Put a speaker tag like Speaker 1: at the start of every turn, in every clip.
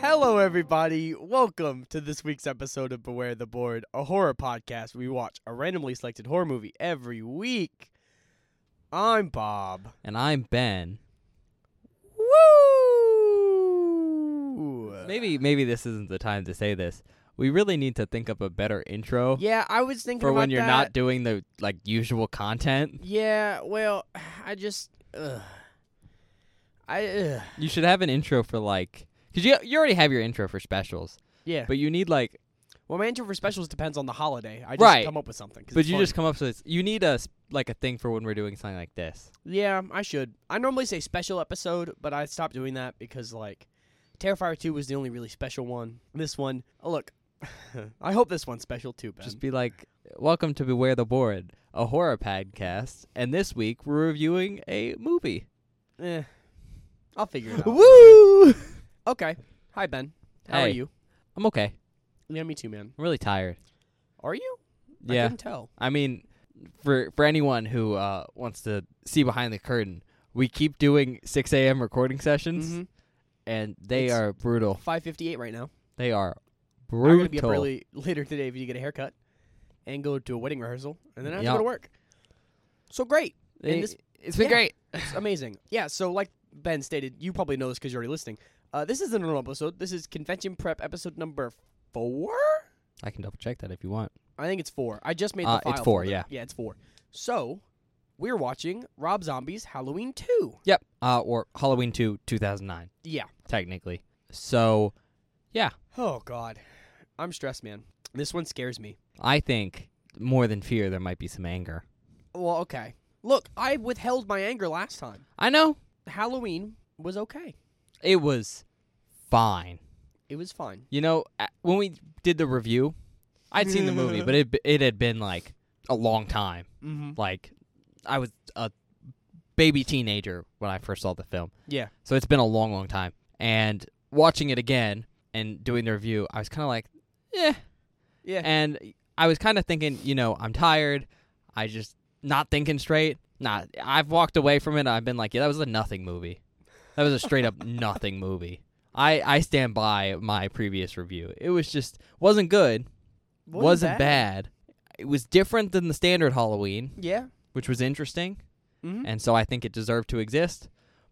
Speaker 1: Hello, everybody. Welcome to this week's episode of Beware the Board, a horror podcast where we watch a randomly selected horror movie every week. I'm Bob.
Speaker 2: And I'm Ben.
Speaker 1: Woo!
Speaker 2: Maybe maybe this isn't the time to say this. We really need to think up a better intro
Speaker 1: Yeah, I was thinking
Speaker 2: for
Speaker 1: about
Speaker 2: when you're
Speaker 1: that.
Speaker 2: not doing the like usual content.
Speaker 1: Yeah, well, I just. Ugh. I. Ugh.
Speaker 2: You should have an intro for like cuz you you already have your intro for specials,
Speaker 1: Yeah.
Speaker 2: but you need like
Speaker 1: well, my intro for specials depends on the holiday. I just
Speaker 2: Right.
Speaker 1: come up with something. 'cause
Speaker 2: but
Speaker 1: it's
Speaker 2: you
Speaker 1: fun.
Speaker 2: just come up with you need a s- like a thing for when we're doing something like this.
Speaker 1: Yeah, I should. I normally say special episode, but I stopped doing that because like Terrifier 2 was the only really special one. This one, oh, look, I hope this one's special too, Ben.
Speaker 2: Just be like welcome to Beware the Board, a horror podcast, and this week we're reviewing a movie.
Speaker 1: eh, I'll figure it out.
Speaker 2: Woo!
Speaker 1: Okay. Hi, Ben. How are
Speaker 2: Hey.
Speaker 1: you?
Speaker 2: I'm okay.
Speaker 1: Yeah, me too, man.
Speaker 2: I'm really tired.
Speaker 1: Are you? I
Speaker 2: yeah.
Speaker 1: couldn't tell.
Speaker 2: I mean, for for anyone who uh, wants to see behind the curtain, we keep doing 6 a.m. recording sessions,
Speaker 1: Mhm.
Speaker 2: and they
Speaker 1: It's-
Speaker 2: are brutal.
Speaker 1: 5:58 right now.
Speaker 2: They are
Speaker 1: I'm gonna be up
Speaker 2: brutal.
Speaker 1: early later today if you get a haircut, and go to a wedding rehearsal, and then I have to go
Speaker 2: Yup.
Speaker 1: to work. So great.
Speaker 2: They-
Speaker 1: and this-
Speaker 2: it's been
Speaker 1: yeah.
Speaker 2: great.
Speaker 1: It's amazing. Yeah, so like Ben stated, you probably know this because you're already listening. Uh, this isn't a normal episode. This is convention prep episode number four.
Speaker 2: I can double check that if you want.
Speaker 1: I think it's four. I just made the
Speaker 2: Uh,
Speaker 1: file.
Speaker 2: it's four,
Speaker 1: folder.
Speaker 2: yeah.
Speaker 1: yeah, it's four. So we're watching Rob Zombie's Halloween two.
Speaker 2: Yep. Uh, or Halloween 2, 2009,
Speaker 1: Yeah.
Speaker 2: technically. So
Speaker 1: Oh God, I'm stressed, man. This one scares me.
Speaker 2: I think more than fear, there might be some anger.
Speaker 1: Well, okay. Look, I withheld my anger last time.
Speaker 2: I know
Speaker 1: Halloween was okay.
Speaker 2: it was fine.
Speaker 1: It was fine.
Speaker 2: You know, a- when we did the review, I'd seen the movie, but it it had been like a long time.
Speaker 1: Mm-hmm.
Speaker 2: like I was a baby teenager when I first saw the film.
Speaker 1: Yeah.
Speaker 2: So it's been a long, long time. And watching it again and doing the review, I was kind of like, eh.
Speaker 1: Yeah.
Speaker 2: And I was kind of thinking, you know, I'm tired. I just not thinking straight. Nah, I've walked away from it. I've been like, yeah, that was a nothing movie. That was a straight up nothing movie. I, I stand by my previous review. It was just wasn't good,
Speaker 1: Wasn't
Speaker 2: wasn't bad. It was different than the standard Halloween,
Speaker 1: Yeah.
Speaker 2: which was interesting
Speaker 1: Mm-hmm.
Speaker 2: and so I think it deserved to exist.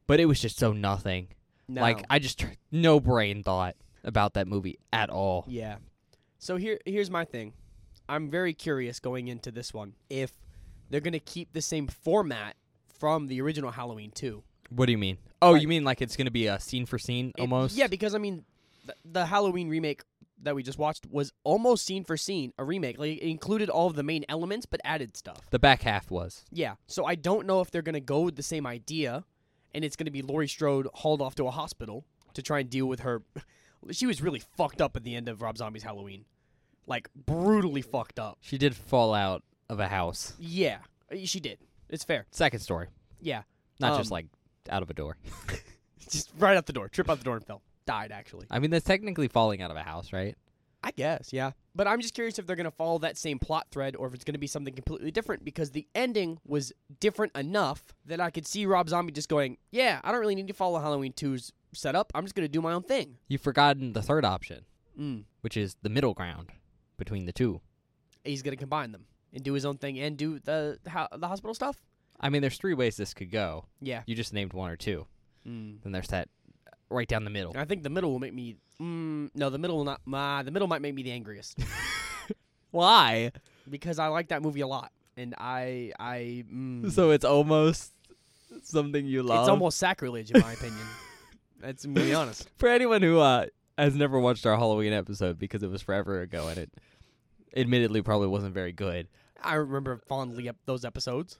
Speaker 2: But it was just so nothing.
Speaker 1: No.
Speaker 2: Like I just no brain thought about that movie at all.
Speaker 1: Yeah. So here here's my thing. I'm very curious going into this one if they're going to keep the same format from the original Halloween 2.
Speaker 2: What do you mean? Oh,
Speaker 1: Like-
Speaker 2: you mean like it's gonna be a scene for scene
Speaker 1: It-
Speaker 2: almost?
Speaker 1: Yeah, because I mean th- the Halloween remake that we just watched was almost scene for scene a remake. Like it included all of the main elements but added stuff.
Speaker 2: the back half was.
Speaker 1: Yeah. So I don't know if they're going to go with the same idea and it's going to be Laurie Strode hauled off to a hospital to try and deal with her she was really fucked up at the end of Rob Zombie's Halloween. Like brutally fucked up.
Speaker 2: She did fall out of a house.
Speaker 1: Yeah, uh, she did. It's fair.
Speaker 2: Second story,
Speaker 1: Yeah,
Speaker 2: not
Speaker 1: Um,
Speaker 2: just like out of a door.
Speaker 1: just right out the door, trip out the door and fell, died actually.
Speaker 2: I mean, that's technically falling out of a house, right?
Speaker 1: I guess, yeah. But I'm just curious if they're gonna follow that same plot thread or if it's gonna be something completely different because the ending was different enough that I could see Rob Zombie just going, "Yeah, I don't really need to follow Halloween 2's setup. I'm just gonna do my own thing."
Speaker 2: You've forgotten the third option,
Speaker 1: Mm.
Speaker 2: which is the middle ground between the two.
Speaker 1: He's gonna combine them and do his own thing and do the ho- the hospital stuff.
Speaker 2: I mean, there's three ways this could go.
Speaker 1: Yeah.
Speaker 2: You just named one or two.
Speaker 1: Mm.
Speaker 2: Then there's that uh, right down the middle.
Speaker 1: I think the middle will make me. Mm, no, the middle will not. Nah, the middle might make me the angriest.
Speaker 2: Why?
Speaker 1: because I like that movie a lot, and I I mm,
Speaker 2: Mm-hmm. So it's almost something you love.
Speaker 1: it's almost sacrilege in my opinion. That's to be honest.
Speaker 2: for anyone who uh, has never watched our Halloween episode because it was forever ago and it admittedly probably wasn't very good.
Speaker 1: I remember fondly up those episodes.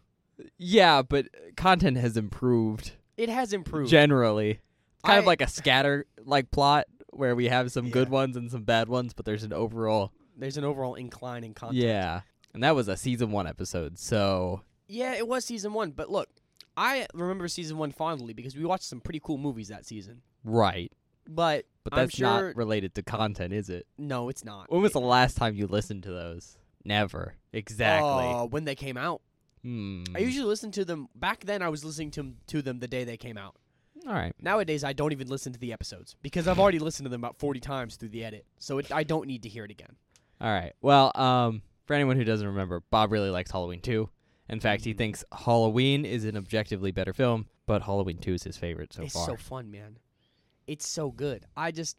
Speaker 2: Yeah, but content has improved
Speaker 1: It has improved.
Speaker 2: generally. Kind of
Speaker 1: I-
Speaker 2: like a scatter like plot where we have some good
Speaker 1: Yeah.
Speaker 2: ones and some bad ones, but there's an overall
Speaker 1: There's an overall incline in content.
Speaker 2: yeah. And that was a season one episode, so
Speaker 1: Yeah, it was season one, but look, I remember season one fondly because we watched some pretty cool movies that season.
Speaker 2: right.
Speaker 1: But
Speaker 2: But
Speaker 1: I'm
Speaker 2: that's
Speaker 1: sure-
Speaker 2: not related to content, is it?
Speaker 1: no, it's not.
Speaker 2: When was the last time you listened to those? Never. Exactly.
Speaker 1: Uh, when they came out,
Speaker 2: Hmm.
Speaker 1: I usually listen to them. Back then, I was listening to to them the day they came out.
Speaker 2: All right.
Speaker 1: Nowadays, I don't even listen to the episodes because I've already listened to them about 40 times through the edit, so it, I don't need to hear it again.
Speaker 2: All right. Well, um, for anyone who doesn't remember, Bob really likes Halloween 2. In fact, he
Speaker 1: Mm.
Speaker 2: thinks Halloween is an objectively better film, but Halloween 2 is his favorite so
Speaker 1: it's
Speaker 2: far.
Speaker 1: so fun, man. It's so good. I just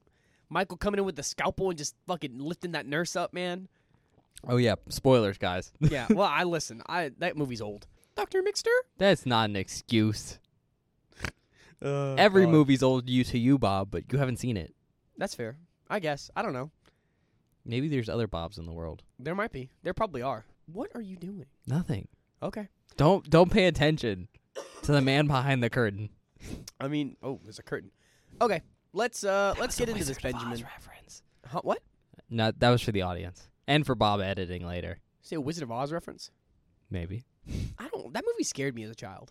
Speaker 1: Michael coming in with the scalpel and just fucking lifting that nurse up, man.
Speaker 2: oh yeah, spoilers, guys.
Speaker 1: Yeah. well, I listen. I that movie's old. Doctor Mixter.
Speaker 2: That's not an excuse.
Speaker 1: Uh,
Speaker 2: Every movie's old you to you, Bob, but you haven't seen it.
Speaker 1: That's fair. I guess. I don't know.
Speaker 2: Maybe there's other Bobs in the world.
Speaker 1: There might be. There probably are. What are you doing?
Speaker 2: Nothing.
Speaker 1: Okay.
Speaker 2: Don't don't pay attention to the man behind the curtain.
Speaker 1: I mean, oh, there's a curtain. Okay. Let's uh
Speaker 2: That
Speaker 1: let's
Speaker 2: was a
Speaker 1: get into this
Speaker 2: Wizard of Oz
Speaker 1: Benjamin.
Speaker 2: reference.
Speaker 1: Huh, what?
Speaker 2: No, that was for the audience and for Bob editing later.
Speaker 1: Say a Wizard of Oz reference?
Speaker 2: Maybe.
Speaker 1: I don't. That movie scared me as a child.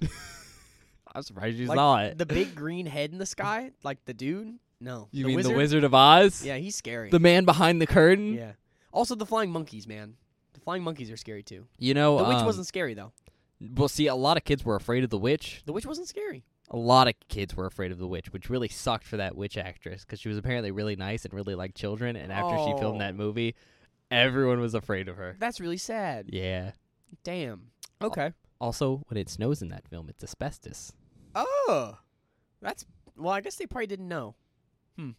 Speaker 2: I'm surprised you
Speaker 1: Like,
Speaker 2: saw it.
Speaker 1: the big green head in the sky, like the dude. No,
Speaker 2: you mean the Wizard of Oz?
Speaker 1: Yeah, he's scary.
Speaker 2: The man behind the curtain.
Speaker 1: yeah. Also, the flying monkeys, man. The flying monkeys are scary too.
Speaker 2: You know,
Speaker 1: The witch
Speaker 2: um,
Speaker 1: wasn't scary though.
Speaker 2: Well, see, a lot of kids were afraid of the witch.
Speaker 1: The witch wasn't scary.
Speaker 2: A lot of kids were afraid of the witch, which really sucked for that witch actress because she was apparently really nice and really liked children. And after she
Speaker 1: Oh.
Speaker 2: filmed that movie, everyone was afraid of her.
Speaker 1: That's really sad.
Speaker 2: Yeah.
Speaker 1: Damn. Okay.
Speaker 2: Also, when it snows in that film, it's asbestos.
Speaker 1: Oh, that's well. I guess they probably didn't know. Hmm.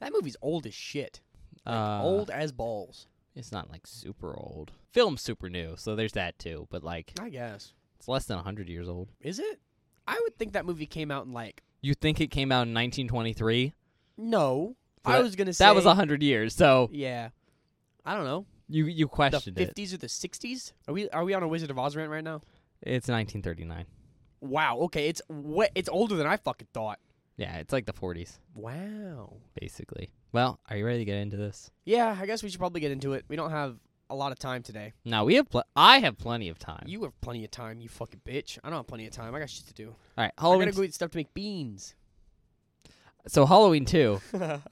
Speaker 1: That movie's old as shit. Like,
Speaker 2: Uh,
Speaker 1: old as balls.
Speaker 2: It's not like super old. Film's super new, so there's that too. But like,
Speaker 1: I guess.
Speaker 2: it's less than hundred years old.
Speaker 1: Is it? I would think that movie came out in like
Speaker 2: You think it came out in 1923?
Speaker 1: no.
Speaker 2: So
Speaker 1: I was gonna say
Speaker 2: That was hundred years. So
Speaker 1: yeah. I don't know.
Speaker 2: you you
Speaker 1: the
Speaker 2: questioned it.
Speaker 1: fifties or the sixties? Are we are we on a Wizard of Oz rant right now?
Speaker 2: It's 1939.
Speaker 1: Wow. Okay, it's wa- it's older than I fucking thought.
Speaker 2: Yeah, it's like the 40s.
Speaker 1: Wow.
Speaker 2: basically. Well, are you ready to get into this?
Speaker 1: Yeah, I guess we should probably get into it. We don't have a lot of time today.
Speaker 2: Now we have. Pl- I have plenty of time.
Speaker 1: You have plenty of time, you fucking bitch. I don't have plenty of time. I got shit to do.
Speaker 2: All right,
Speaker 1: I
Speaker 2: Halloween.
Speaker 1: gotta go eat stuff to make beans.
Speaker 2: so Halloween two,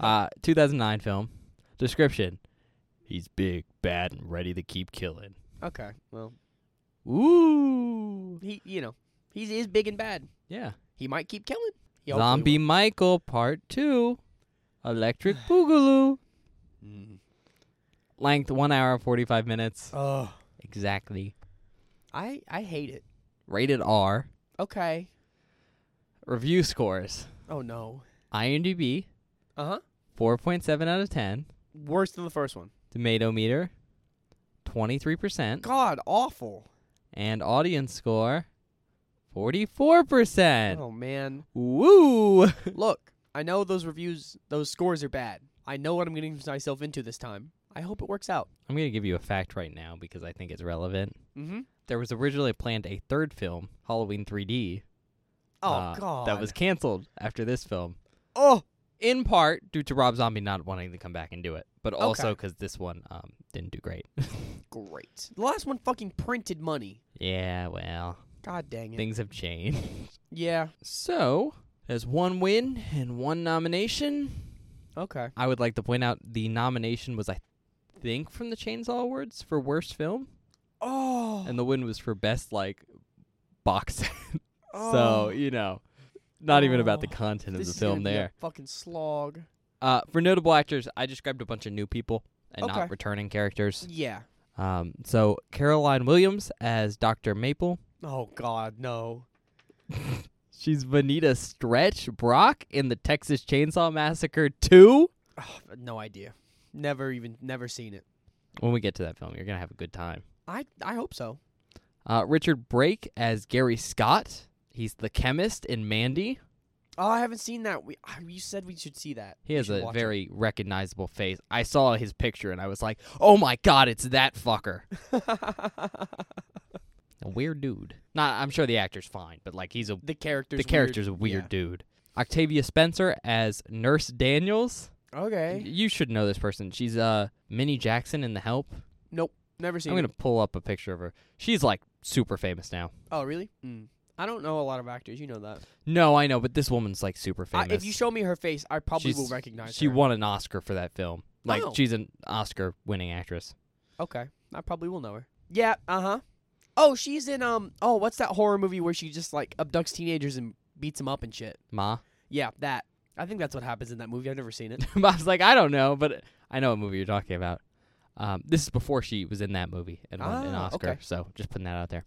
Speaker 2: uh, 2009 film. Description: He's big, bad, and ready to keep killing.
Speaker 1: okay. Well,
Speaker 2: Ooh.
Speaker 1: he you know he's is big and bad.
Speaker 2: Yeah.
Speaker 1: He might keep killing. He hopefully
Speaker 2: Zombie
Speaker 1: will.
Speaker 2: Michael Part Two, Electric Boogaloo.
Speaker 1: Mm.
Speaker 2: Length one hour and forty five minutes
Speaker 1: Oh,
Speaker 2: exactly.
Speaker 1: I I hate it.
Speaker 2: Rated R.
Speaker 1: Okay.
Speaker 2: Review scores:
Speaker 1: Oh no.
Speaker 2: IMDb
Speaker 1: Uh huh.
Speaker 2: four point seven out of ten.
Speaker 1: Worse than the first one.
Speaker 2: Tomato meter twenty three percent.
Speaker 1: God, awful.
Speaker 2: And audience score, 44%.
Speaker 1: Oh man.
Speaker 2: Woo!
Speaker 1: Look, I know those reviews, those scores are bad. I know what I'm getting myself into this time. I hope it works out.
Speaker 2: I'm going to give you a fact right now because I think it's relevant.
Speaker 1: Mm-hmm.
Speaker 2: There was originally planned a third film, Halloween 3D.
Speaker 1: Oh
Speaker 2: uh,
Speaker 1: god.
Speaker 2: That was canceled after this film,
Speaker 1: Oh.
Speaker 2: in part due to Rob Zombie not wanting to come back and do it, but also
Speaker 1: Okay.
Speaker 2: because this one um, didn't do great.
Speaker 1: Great. The last one fucking printed money.
Speaker 2: yeah, well,
Speaker 1: God dang it.
Speaker 2: things have changed.
Speaker 1: yeah.
Speaker 2: So, there's one win and one nomination.
Speaker 1: Okay.
Speaker 2: I would like to point out the nomination was, I think, from the Chainsaw Awards for worst film,
Speaker 1: Oh.
Speaker 2: and the win was for best like box set.
Speaker 1: oh,
Speaker 2: So you know, not even about the
Speaker 1: Oh.
Speaker 2: content of
Speaker 1: this
Speaker 2: the
Speaker 1: is gonna
Speaker 2: film
Speaker 1: be a
Speaker 2: there.
Speaker 1: fucking slog.
Speaker 2: Uh, for notable actors, I just grabbed a bunch of new people and
Speaker 1: Okay.
Speaker 2: not returning characters.
Speaker 1: Yeah.
Speaker 2: Um, so Caroline Williams as Dr. Maple.
Speaker 1: Oh god, no.
Speaker 2: She's Vanita Stretch Brock in the Texas Chainsaw Massacre 2.
Speaker 1: Ugh, no idea. Never even never seen it.
Speaker 2: When we get to that film, you're going to have a good time.
Speaker 1: I I hope so.
Speaker 2: Uh, Richard Brake as Gary Scott. He's the chemist in Mandy.
Speaker 1: Oh, I haven't seen that. We I- you said we should see that.
Speaker 2: He
Speaker 1: We
Speaker 2: has
Speaker 1: should
Speaker 2: a
Speaker 1: watch it.
Speaker 2: very recognizable face. I saw his picture and I was like, "Oh my god, it's that fucker." A weird dude. Not I'm sure the actor's fine, but like he's a
Speaker 1: the characters.
Speaker 2: the character's a weird dude. Octavia Spencer as Nurse Daniels.
Speaker 1: Okay.
Speaker 2: You should know this person. She's uh Minnie Jackson in The Help.
Speaker 1: Never seen.
Speaker 2: I'm going
Speaker 1: it.
Speaker 2: to pull up a picture of her. She's like super famous now.
Speaker 1: Oh, really? Mm. I don't know a lot of actors. You know that.
Speaker 2: No, I know, but this woman's like super
Speaker 1: I,
Speaker 2: famous.
Speaker 1: if you show me her face, I probably will
Speaker 2: She's-
Speaker 1: recognize
Speaker 2: she
Speaker 1: her.
Speaker 2: won an Oscar for that film. Like
Speaker 1: Oh.
Speaker 2: she's an Oscar winning actress.
Speaker 1: Okay, I probably will know her. Yeah. Uh huh. Oh, she's in um. Oh, what's that horror movie where she just like abducts teenagers and beats them up and shit?
Speaker 2: Ma.
Speaker 1: Yeah, that. I think that's what happens in that movie. I've never seen it.
Speaker 2: Bob's like, I don't know, but I know what movie you're talking about. Um, this is before she was in that movie and won an
Speaker 1: Ah,
Speaker 2: Oscar,
Speaker 1: okay.
Speaker 2: so just putting that out there.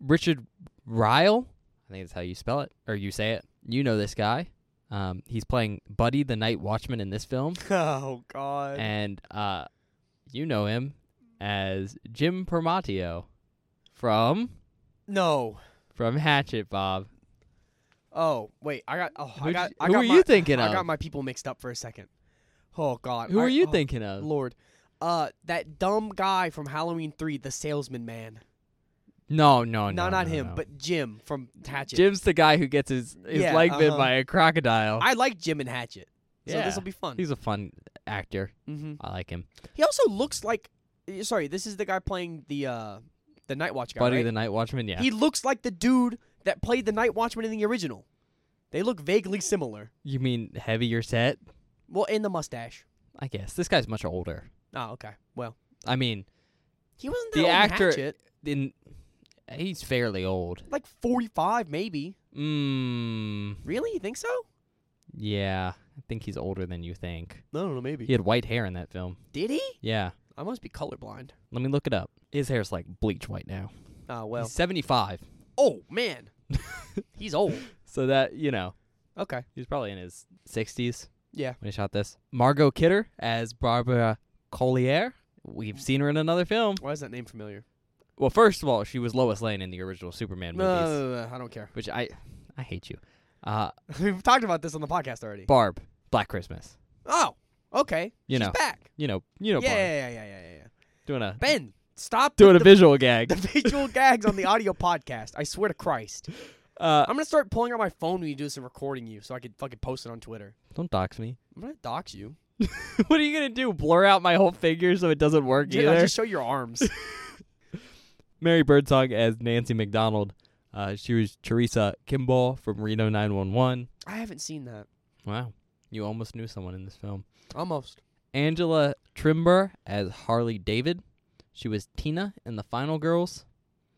Speaker 2: Richard Ryle, I think that's how you spell it or you say it. You know this guy. Um, he's playing Buddy the Night Watchman in this film,
Speaker 1: oh God.
Speaker 2: and uh, you know him as Jim Permatio from
Speaker 1: no.
Speaker 2: from Hatchet. Bob,
Speaker 1: Oh wait, I got. Oh, I
Speaker 2: Who'd
Speaker 1: got.
Speaker 2: you-
Speaker 1: I
Speaker 2: who
Speaker 1: got
Speaker 2: are
Speaker 1: my,
Speaker 2: you thinking
Speaker 1: I
Speaker 2: of?
Speaker 1: got my people mixed up for a second. Oh God.
Speaker 2: who
Speaker 1: I-
Speaker 2: are you
Speaker 1: oh,
Speaker 2: thinking of?
Speaker 1: Lord, uh, that dumb guy from Halloween Three, the salesman man.
Speaker 2: No, no, no,
Speaker 1: no, not
Speaker 2: no,
Speaker 1: him,
Speaker 2: no.
Speaker 1: but Jim from Hatchet.
Speaker 2: Jim's the guy who gets his his
Speaker 1: Yeah,
Speaker 2: leg bit
Speaker 1: uh-huh.
Speaker 2: by a crocodile.
Speaker 1: I like Jim and Hatchet. So
Speaker 2: oh. Yeah.
Speaker 1: this will be fun.
Speaker 2: He's a fun actor.
Speaker 1: hmm
Speaker 2: I like him.
Speaker 1: He also looks like. eh, Sorry, this is the guy playing the uh, the Night Watch guy.
Speaker 2: Buddy
Speaker 1: right?
Speaker 2: the Night Watchman, yeah.
Speaker 1: He looks like the dude that played the Night Watchman in the original. They look vaguely similar.
Speaker 2: you mean heavier set?
Speaker 1: Well, in the mustache.
Speaker 2: I guess. This guy's much older.
Speaker 1: Oh, okay. Well,
Speaker 2: I mean,
Speaker 1: he wasn't
Speaker 2: The
Speaker 1: that old in
Speaker 2: actor-
Speaker 1: Hatchet.
Speaker 2: in he's fairly old.
Speaker 1: like 45 maybe.
Speaker 2: Mmm.
Speaker 1: Really? You think so?
Speaker 2: Yeah. I think he's older than you think.
Speaker 1: No, no, no, maybe.
Speaker 2: He had white hair in that film.
Speaker 1: Did he?
Speaker 2: Yeah.
Speaker 1: I must be colorblind.
Speaker 2: Let me look it up. His hair's like bleach white now.
Speaker 1: Oh, well.
Speaker 2: He's 75.
Speaker 1: oh, man. He's old.
Speaker 2: So that, you know,
Speaker 1: Okay.
Speaker 2: he was probably in his 60s.
Speaker 1: Yeah.
Speaker 2: When he shot this. Margot Kidder as Barbara Collier. We've seen her in another film.
Speaker 1: Why is that name familiar?
Speaker 2: Well, first of all, she was Lois Lane in the original Superman
Speaker 1: No,
Speaker 2: movies,
Speaker 1: no, no, no, no, I don't care.
Speaker 2: which I I hate you. Uh,
Speaker 1: We've talked about this on the podcast already.
Speaker 2: Barb, Black Christmas.
Speaker 1: oh, okay.
Speaker 2: You
Speaker 1: She's
Speaker 2: know,
Speaker 1: back.
Speaker 2: you know, you know,
Speaker 1: yeah,
Speaker 2: Barb
Speaker 1: yeah, yeah, yeah, yeah, yeah, yeah.
Speaker 2: doing a
Speaker 1: Ben, stop
Speaker 2: doing a
Speaker 1: with
Speaker 2: visual
Speaker 1: the,
Speaker 2: gag.
Speaker 1: the visual gags on the audio podcast. I swear to Christ.
Speaker 2: Uh,
Speaker 1: I'm going to start pulling out my phone when you do this and recording you so I could fucking post it on Twitter.
Speaker 2: don't dox me.
Speaker 1: I'm going to dox you.
Speaker 2: what are you gonna do? Blur out my whole figure so it doesn't work
Speaker 1: Dude,
Speaker 2: either.
Speaker 1: I'll just show your arms.
Speaker 2: Mary Birdsong as Nancy McDonald. Uh, she was Teresa Kimball from Reno 911.
Speaker 1: I haven't seen that.
Speaker 2: Wow, you almost knew someone in this film.
Speaker 1: Almost.
Speaker 2: Angela Trimber as Harley David. She was Tina in the Final Girls.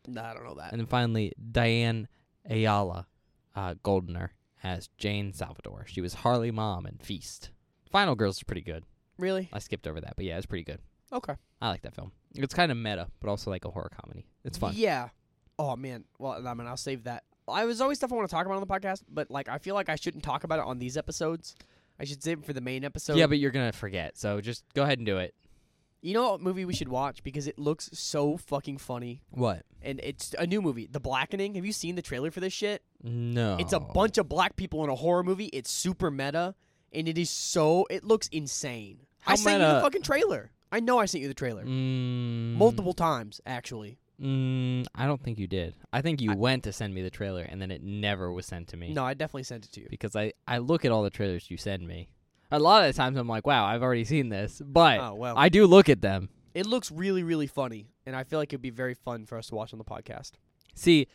Speaker 1: No, I don't know that.
Speaker 2: And then finally, Diane Ayala uh, Goldener as Jane Salvador. She was Harley Mom in Feast. Final Girls is pretty good.
Speaker 1: Really?
Speaker 2: I skipped over that, but yeah, it's pretty good.
Speaker 1: Okay.
Speaker 2: I like that film. It's kind of meta, but also like a horror comedy. It's fun.
Speaker 1: Yeah. Oh man. Well, I mean, I'll save that. I was always stuff I want to talk about on the podcast, but like, I feel like I shouldn't talk about it on these episodes. I should save it for the main episode.
Speaker 2: yeah, but you're going to forget. So just go ahead and do it.
Speaker 1: you know what movie we should watch because it looks so fucking funny,
Speaker 2: What?
Speaker 1: and it's a new movie, The Blackening. Have you seen the trailer for this shit?
Speaker 2: No.
Speaker 1: It's a bunch of black people in a horror movie. It's super meta, and it is so. It looks insane.
Speaker 2: How
Speaker 1: I sent you the
Speaker 2: meta-
Speaker 1: fucking trailer. I know I sent you the trailer
Speaker 2: Mm,
Speaker 1: multiple times, actually.
Speaker 2: Mm, I don't think you did. I think you went to send me the trailer, and then it never was sent to me.
Speaker 1: No, I definitely sent it to you.
Speaker 2: Because I, I look at all the trailers you send me. A lot of the times I'm like, wow, I've already seen this. But
Speaker 1: Oh well.
Speaker 2: I do look at them.
Speaker 1: It looks really, really funny, and I feel like it'd be very fun for us to watch on the podcast.
Speaker 2: See,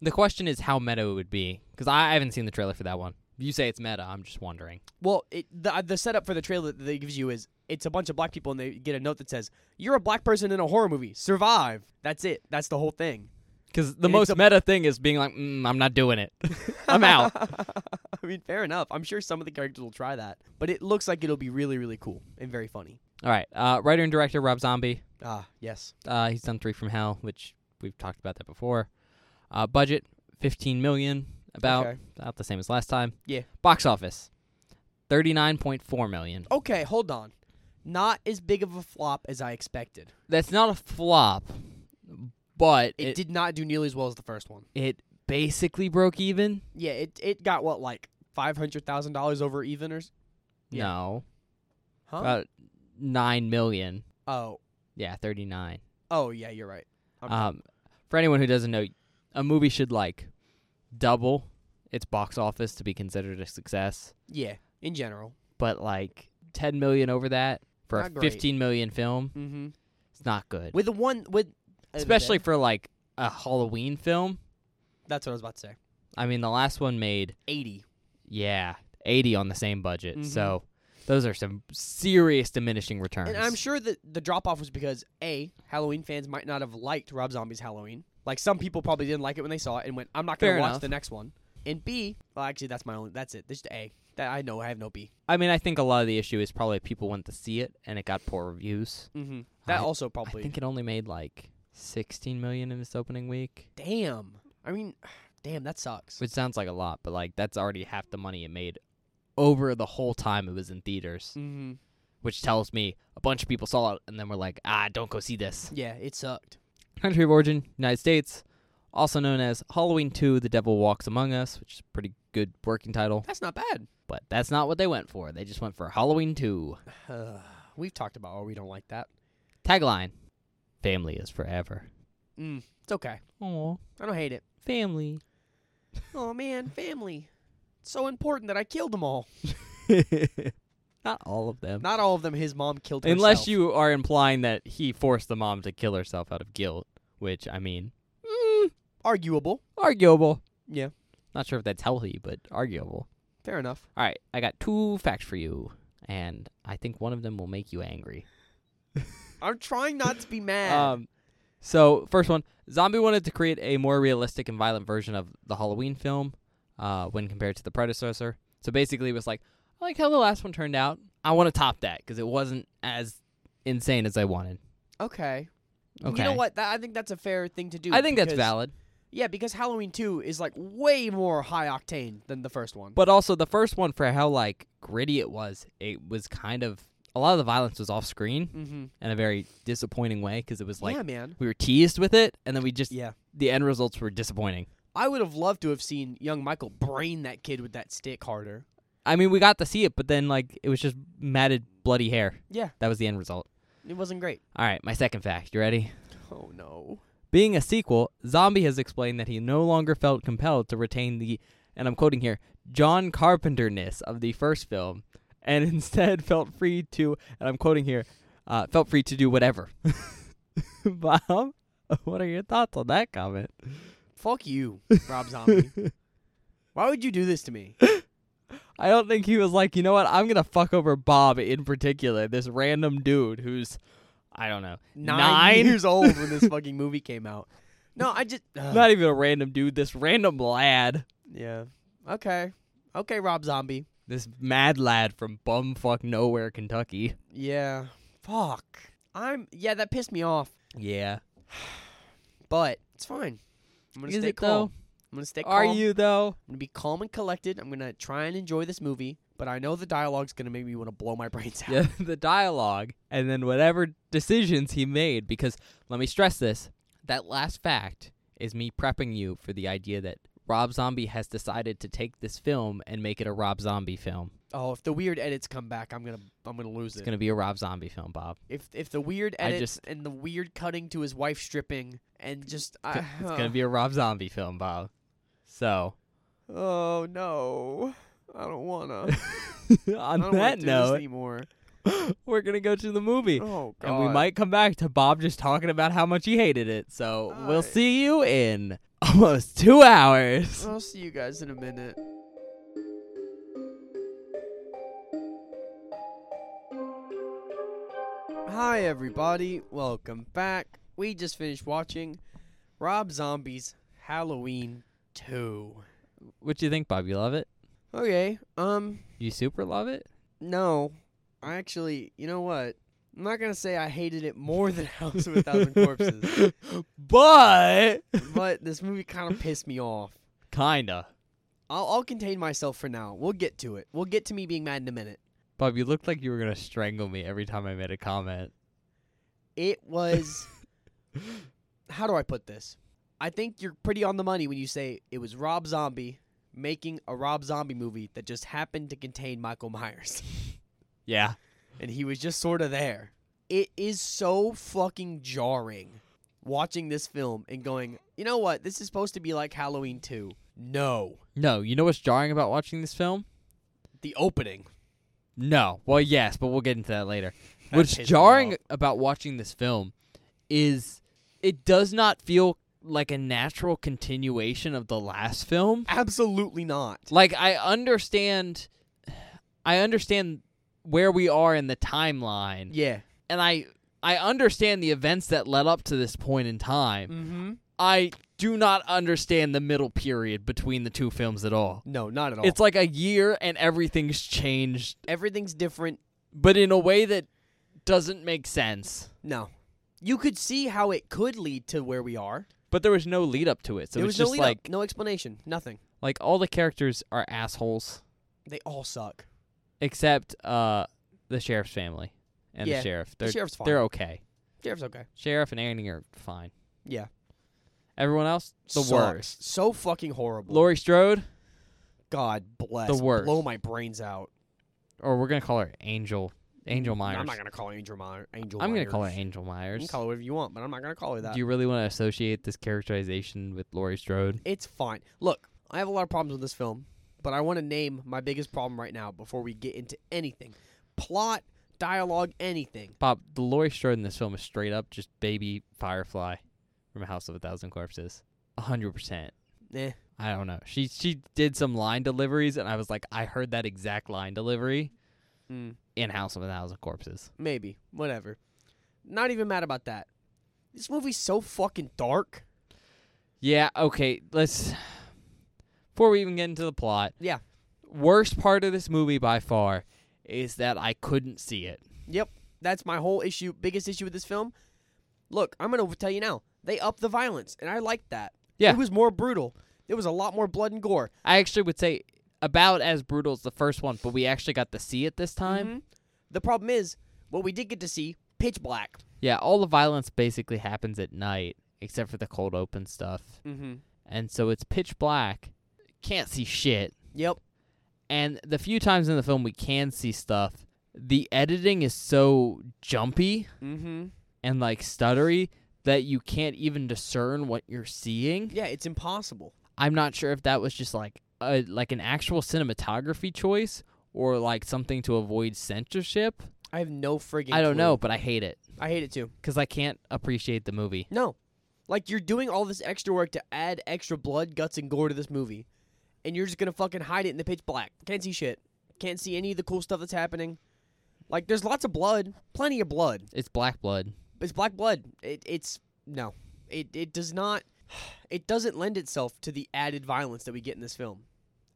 Speaker 2: the question is how meta it would be because I haven't seen the trailer for that one. You say it's meta. I'm just wondering.
Speaker 1: Well, it, the the setup for the trailer that it gives you is it's a bunch of black people, and they get a note that says, "You're a black person in a horror movie. Survive." That's it. That's the whole thing.
Speaker 2: Because the
Speaker 1: It's
Speaker 2: most
Speaker 1: a-
Speaker 2: meta thing is being like, mm, I'm not doing it. I'm out.
Speaker 1: I mean, fair enough. I'm sure some of the characters will try that, but it looks like it'll be really, really cool and very funny.
Speaker 2: All right. Uh, writer and director Rob Zombie.
Speaker 1: Ah, yes.
Speaker 2: Uh, he's done Three from Hell, which we've talked about that before. Uh, budget 15 million, about
Speaker 1: Okay.
Speaker 2: about the same as last time.
Speaker 1: Yeah.
Speaker 2: Box office 39.4 million.
Speaker 1: Okay, hold on. Not as big of a flop as I expected.
Speaker 2: That's not a flop, but
Speaker 1: It,
Speaker 2: it
Speaker 1: did not do nearly as well as the first one.
Speaker 2: it basically broke even.
Speaker 1: Yeah, it it got what like five hundred thousand dollars over even or s- Yeah.
Speaker 2: No.
Speaker 1: huh?
Speaker 2: About nine million.
Speaker 1: oh,
Speaker 2: Yeah, thirty nine.
Speaker 1: Oh yeah, you're right. I'm dumb.
Speaker 2: Um, for anyone who doesn't know, a movie should like double its box office to be considered a success.
Speaker 1: yeah, in general.
Speaker 2: But like ten million over that for
Speaker 1: Not
Speaker 2: a
Speaker 1: great.
Speaker 2: fifteen million film,
Speaker 1: Mm-hmm.
Speaker 2: it's not good.
Speaker 1: With the one with
Speaker 2: Especially for like a Halloween film.
Speaker 1: that's what I was about to say.
Speaker 2: I mean, the last one made
Speaker 1: Eighty.
Speaker 2: yeah eighty on the same budget.
Speaker 1: Mhm.
Speaker 2: So those are some serious diminishing returns.
Speaker 1: And I'm sure that the drop off was because a Halloween fans might not have liked Rob Zombie's Halloween. Like some people probably didn't like it when they saw it and went, "I'm not going
Speaker 2: Fair
Speaker 1: to watch
Speaker 2: enough.
Speaker 1: the next one." and B. Well, actually, that's my only. That's it. This is A. That I know. I have no B.
Speaker 2: I mean, I think a lot of the issue is probably people went to see it and it got poor reviews.
Speaker 1: Mm-hmm. That
Speaker 2: I-
Speaker 1: also
Speaker 2: I
Speaker 1: probably.
Speaker 2: think it only made like 16 million in its opening week,
Speaker 1: damn. I mean, damn. That sucks.
Speaker 2: which sounds like a lot, but like that's already half the money it made over the whole time it was in theaters,
Speaker 1: mm-hmm.
Speaker 2: which tells me a bunch of people saw it and then were like, "Ah, don't go see this."
Speaker 1: Yeah, it sucked.
Speaker 2: Country of origin, United States, also known as Halloween 2: The Devil Walks Among Us, which is a pretty good working title,
Speaker 1: That's not bad.
Speaker 2: but that's not what they went for. They just went for Halloween 2.
Speaker 1: we've talked about. Oh, we don't like that.
Speaker 2: Tagline: Family is forever.
Speaker 1: Mm, it's okay.
Speaker 2: Aw,
Speaker 1: I don't hate it.
Speaker 2: family.
Speaker 1: Oh man, family. It's so important that I killed them all.
Speaker 2: Not all of them.
Speaker 1: Not all of them. His mom killed.
Speaker 2: Unless
Speaker 1: herself.
Speaker 2: you are implying that he forced the mom to kill herself out of guilt, which I mean, mm,
Speaker 1: arguable.
Speaker 2: arguable.
Speaker 1: Yeah,
Speaker 2: Not sure if that's healthy, but arguable.
Speaker 1: fair enough.
Speaker 2: All right, I got two facts for you, and I think one of them will make you angry.
Speaker 1: I'm trying not to be mad.
Speaker 2: Um, so first one, Zombie wanted to create a more realistic and violent version of the Halloween film, uh, when compared to the predecessor. So basically, it was like, I like how the last one turned out. I want to top that because it wasn't as insane as I wanted.
Speaker 1: okay. You
Speaker 2: Okay.
Speaker 1: know what? That, I think that's a fair thing to do.
Speaker 2: I think that's
Speaker 1: because-
Speaker 2: valid.
Speaker 1: Yeah, because Halloween 2 is like way more high octane than the first one.
Speaker 2: But also the first one for how like gritty it was, it was kind of a lot of the violence was off screen
Speaker 1: mm-hmm.
Speaker 2: in a very disappointing way because it was like
Speaker 1: yeah, man.
Speaker 2: we were teased with it and then we just
Speaker 1: Yeah.
Speaker 2: the end results were disappointing.
Speaker 1: I would have loved to have seen young Michael brain that kid with that stick harder.
Speaker 2: I mean, we got to see it, but then like it was just matted bloody hair.
Speaker 1: Yeah.
Speaker 2: That was the end result.
Speaker 1: It wasn't great.
Speaker 2: All right, my second fact. You ready?
Speaker 1: Oh, no.
Speaker 2: Being a sequel, Zombie has explained that he no longer felt compelled to retain the, and I'm quoting here, John Carpenter ness of the first film, and instead felt free to, and I'm quoting here, uh, felt free to do whatever. Bob, what are your thoughts on that comment?
Speaker 1: Fuck you, Rob Zombie. Why would you do this to me?
Speaker 2: I don't think he was like, you know what, I'm gonna fuck over Bob in particular, this random dude who's, I don't know,
Speaker 1: Nine,
Speaker 2: Nine?
Speaker 1: years old when this fucking movie came out. No, I just. ugh.
Speaker 2: not even a random dude, this random lad,
Speaker 1: yeah. Okay. Okay, Rob Zombie.
Speaker 2: this mad lad from bumfuck nowhere, Kentucky.
Speaker 1: Yeah. Fuck. I'm. Yeah, that pissed me off.
Speaker 2: Yeah.
Speaker 1: But it's fine. I'm gonna
Speaker 2: Is
Speaker 1: stay
Speaker 2: it
Speaker 1: calm.
Speaker 2: though?
Speaker 1: I'm gonna stay calm.
Speaker 2: Are you though?
Speaker 1: I'm gonna be calm and collected. I'm gonna try and enjoy this movie, but I know the dialogue's gonna make me want to blow my brains out.
Speaker 2: Yeah, the dialogue and then whatever decisions he made because let me stress this, that last fact is me prepping you for the idea that Rob Zombie has decided to take this film and make it a Rob Zombie film.
Speaker 1: Oh, if the weird edits come back, I'm gonna I'm gonna lose
Speaker 2: It's
Speaker 1: it.
Speaker 2: going to be a Rob Zombie film, Bob.
Speaker 1: if if the weird
Speaker 2: I
Speaker 1: edits
Speaker 2: just-
Speaker 1: and the weird cutting to his wife stripping and just uh, I,
Speaker 2: It's going to be a Rob Zombie film, Bob. So,
Speaker 1: Oh no, I don't wanna. I
Speaker 2: on
Speaker 1: don't wanna
Speaker 2: that
Speaker 1: do this
Speaker 2: note,
Speaker 1: anymore.
Speaker 2: we're going to go to the movie.
Speaker 1: Oh god.
Speaker 2: And we might come back to Bob just talking about how much he hated it. So
Speaker 1: All
Speaker 2: we'll
Speaker 1: right.
Speaker 2: see you in almost two hours.
Speaker 1: I'll see you guys in a minute. Hi, everybody. Welcome back. We just finished watching Rob Zombie's Halloween 2.
Speaker 2: What do you think, Bob? You love it?
Speaker 1: Okay, um,
Speaker 2: You super love it?
Speaker 1: no. I actually, you know what? I'm not going to say I hated it more than House of a Thousand Corpses,
Speaker 2: but
Speaker 1: but this movie kind of pissed me off.
Speaker 2: kinda.
Speaker 1: I'll, I'll contain myself for now. We'll get to it. We'll get to me being mad in a minute.
Speaker 2: Bob, you looked like you were gonna strangle me every time I made a comment.
Speaker 1: It was. how do I put this? I think you're pretty on the money when you say it was Rob Zombie making a Rob Zombie movie that just happened to contain Michael Myers.
Speaker 2: Yeah.
Speaker 1: and he was just sort of there. It is so fucking jarring watching this film and going, you know what? This is supposed to be like Halloween 2. No.
Speaker 2: No, you know what's jarring about watching this film?
Speaker 1: The opening.
Speaker 2: No. Well, yes, but we'll get into that later.
Speaker 1: That
Speaker 2: What's
Speaker 1: pissed me
Speaker 2: jarring
Speaker 1: off.
Speaker 2: about watching this film is it does not feel like a natural continuation of the last film.
Speaker 1: Absolutely not.
Speaker 2: Like I understand I understand where we are in the timeline
Speaker 1: Yeah.
Speaker 2: and I I understand the events that led up to this point in time.
Speaker 1: Mm hmm.
Speaker 2: I do not understand the middle period between the two films at all.
Speaker 1: No, not at all.
Speaker 2: It's like a year and everything's changed,
Speaker 1: everything's different.
Speaker 2: but in a way that doesn't make sense.
Speaker 1: No, you could see how it could lead to where we are.
Speaker 2: But there was no lead up to it, so
Speaker 1: there was
Speaker 2: it's
Speaker 1: no
Speaker 2: just
Speaker 1: lead
Speaker 2: like
Speaker 1: up, no explanation, nothing.
Speaker 2: like all the characters are assholes
Speaker 1: They all suck.
Speaker 2: except uh the sheriff's family and
Speaker 1: Yeah,
Speaker 2: the sheriff.
Speaker 1: The
Speaker 2: They're
Speaker 1: sheriff's fine.
Speaker 2: they're okay.
Speaker 1: Sheriff's okay.
Speaker 2: Sheriff and Annie are fine.
Speaker 1: Yeah,
Speaker 2: Everyone else, the
Speaker 1: Sucks.
Speaker 2: worst.
Speaker 1: So fucking horrible.
Speaker 2: Lori Strode,
Speaker 1: God bless.
Speaker 2: The worst.
Speaker 1: Blow my brains out.
Speaker 2: or we're gonna call her Angel. Angel Myers.
Speaker 1: I'm not gonna call her Angel Meyer. Angel.
Speaker 2: I'm gonna
Speaker 1: Myers.
Speaker 2: call her Angel
Speaker 1: You can
Speaker 2: Myers.
Speaker 1: call her whatever you want, but I'm not gonna call her that.
Speaker 2: Do you really want to associate this characterization with Laurie Strode?
Speaker 1: It's fine. Look, I have a lot of problems with this film, but I want to name my biggest problem right now before we get into anything plot, dialogue, anything.
Speaker 2: Bob, the Laurie Strode in this film is straight up just baby Firefly from House of a Thousand Corpses. A hundred percent.
Speaker 1: Eh.
Speaker 2: I don't know. She she did some line deliveries, and I was like, I heard that exact line delivery
Speaker 1: Mm,
Speaker 2: in House of a Thousand Corpses.
Speaker 1: maybe. Whatever. Not even mad about that. This movie's so fucking dark.
Speaker 2: Yeah. Okay. Let's before we even get into the plot.
Speaker 1: Yeah.
Speaker 2: Worst part of this movie by far is that I couldn't see it.
Speaker 1: Yep. That's my whole issue, biggest issue with this film. Look, I'm going to tell you now. They upped the violence, and I liked that.
Speaker 2: Yeah.
Speaker 1: It was more brutal. There was a lot more blood and gore.
Speaker 2: I actually would say about as brutal as the first one, but we actually got to see it this time.
Speaker 1: Mhm. The problem is, what we did get to see, pitch black.
Speaker 2: Yeah, all the violence basically happens at night, except for the cold open stuff.
Speaker 1: Mm-hmm.
Speaker 2: And so it's pitch black, can't see shit.
Speaker 1: Yep.
Speaker 2: And the few times in the film we can see stuff, the editing is so jumpy
Speaker 1: Mm-hmm.
Speaker 2: and like stuttery that you can't even discern what you're seeing.
Speaker 1: Yeah, it's impossible.
Speaker 2: I'm not sure if that was just like a, like an actual cinematography choice or like something to avoid censorship.
Speaker 1: I have no friggin'
Speaker 2: I don't
Speaker 1: clue.
Speaker 2: know, but I hate it
Speaker 1: I hate it too.
Speaker 2: cuz I can't appreciate the movie.
Speaker 1: No. Like you're doing all this extra work to add extra blood, guts, and gore to this movie. And you're just gonna fucking hide it in the pitch black. Can't see shit. Can't see any of the cool stuff that's happening. Like there's lots of blood. Plenty of blood.
Speaker 2: It's black blood.
Speaker 1: It's black blood. It, it's no. It it does not it doesn't lend itself to the added violence that we get in this film.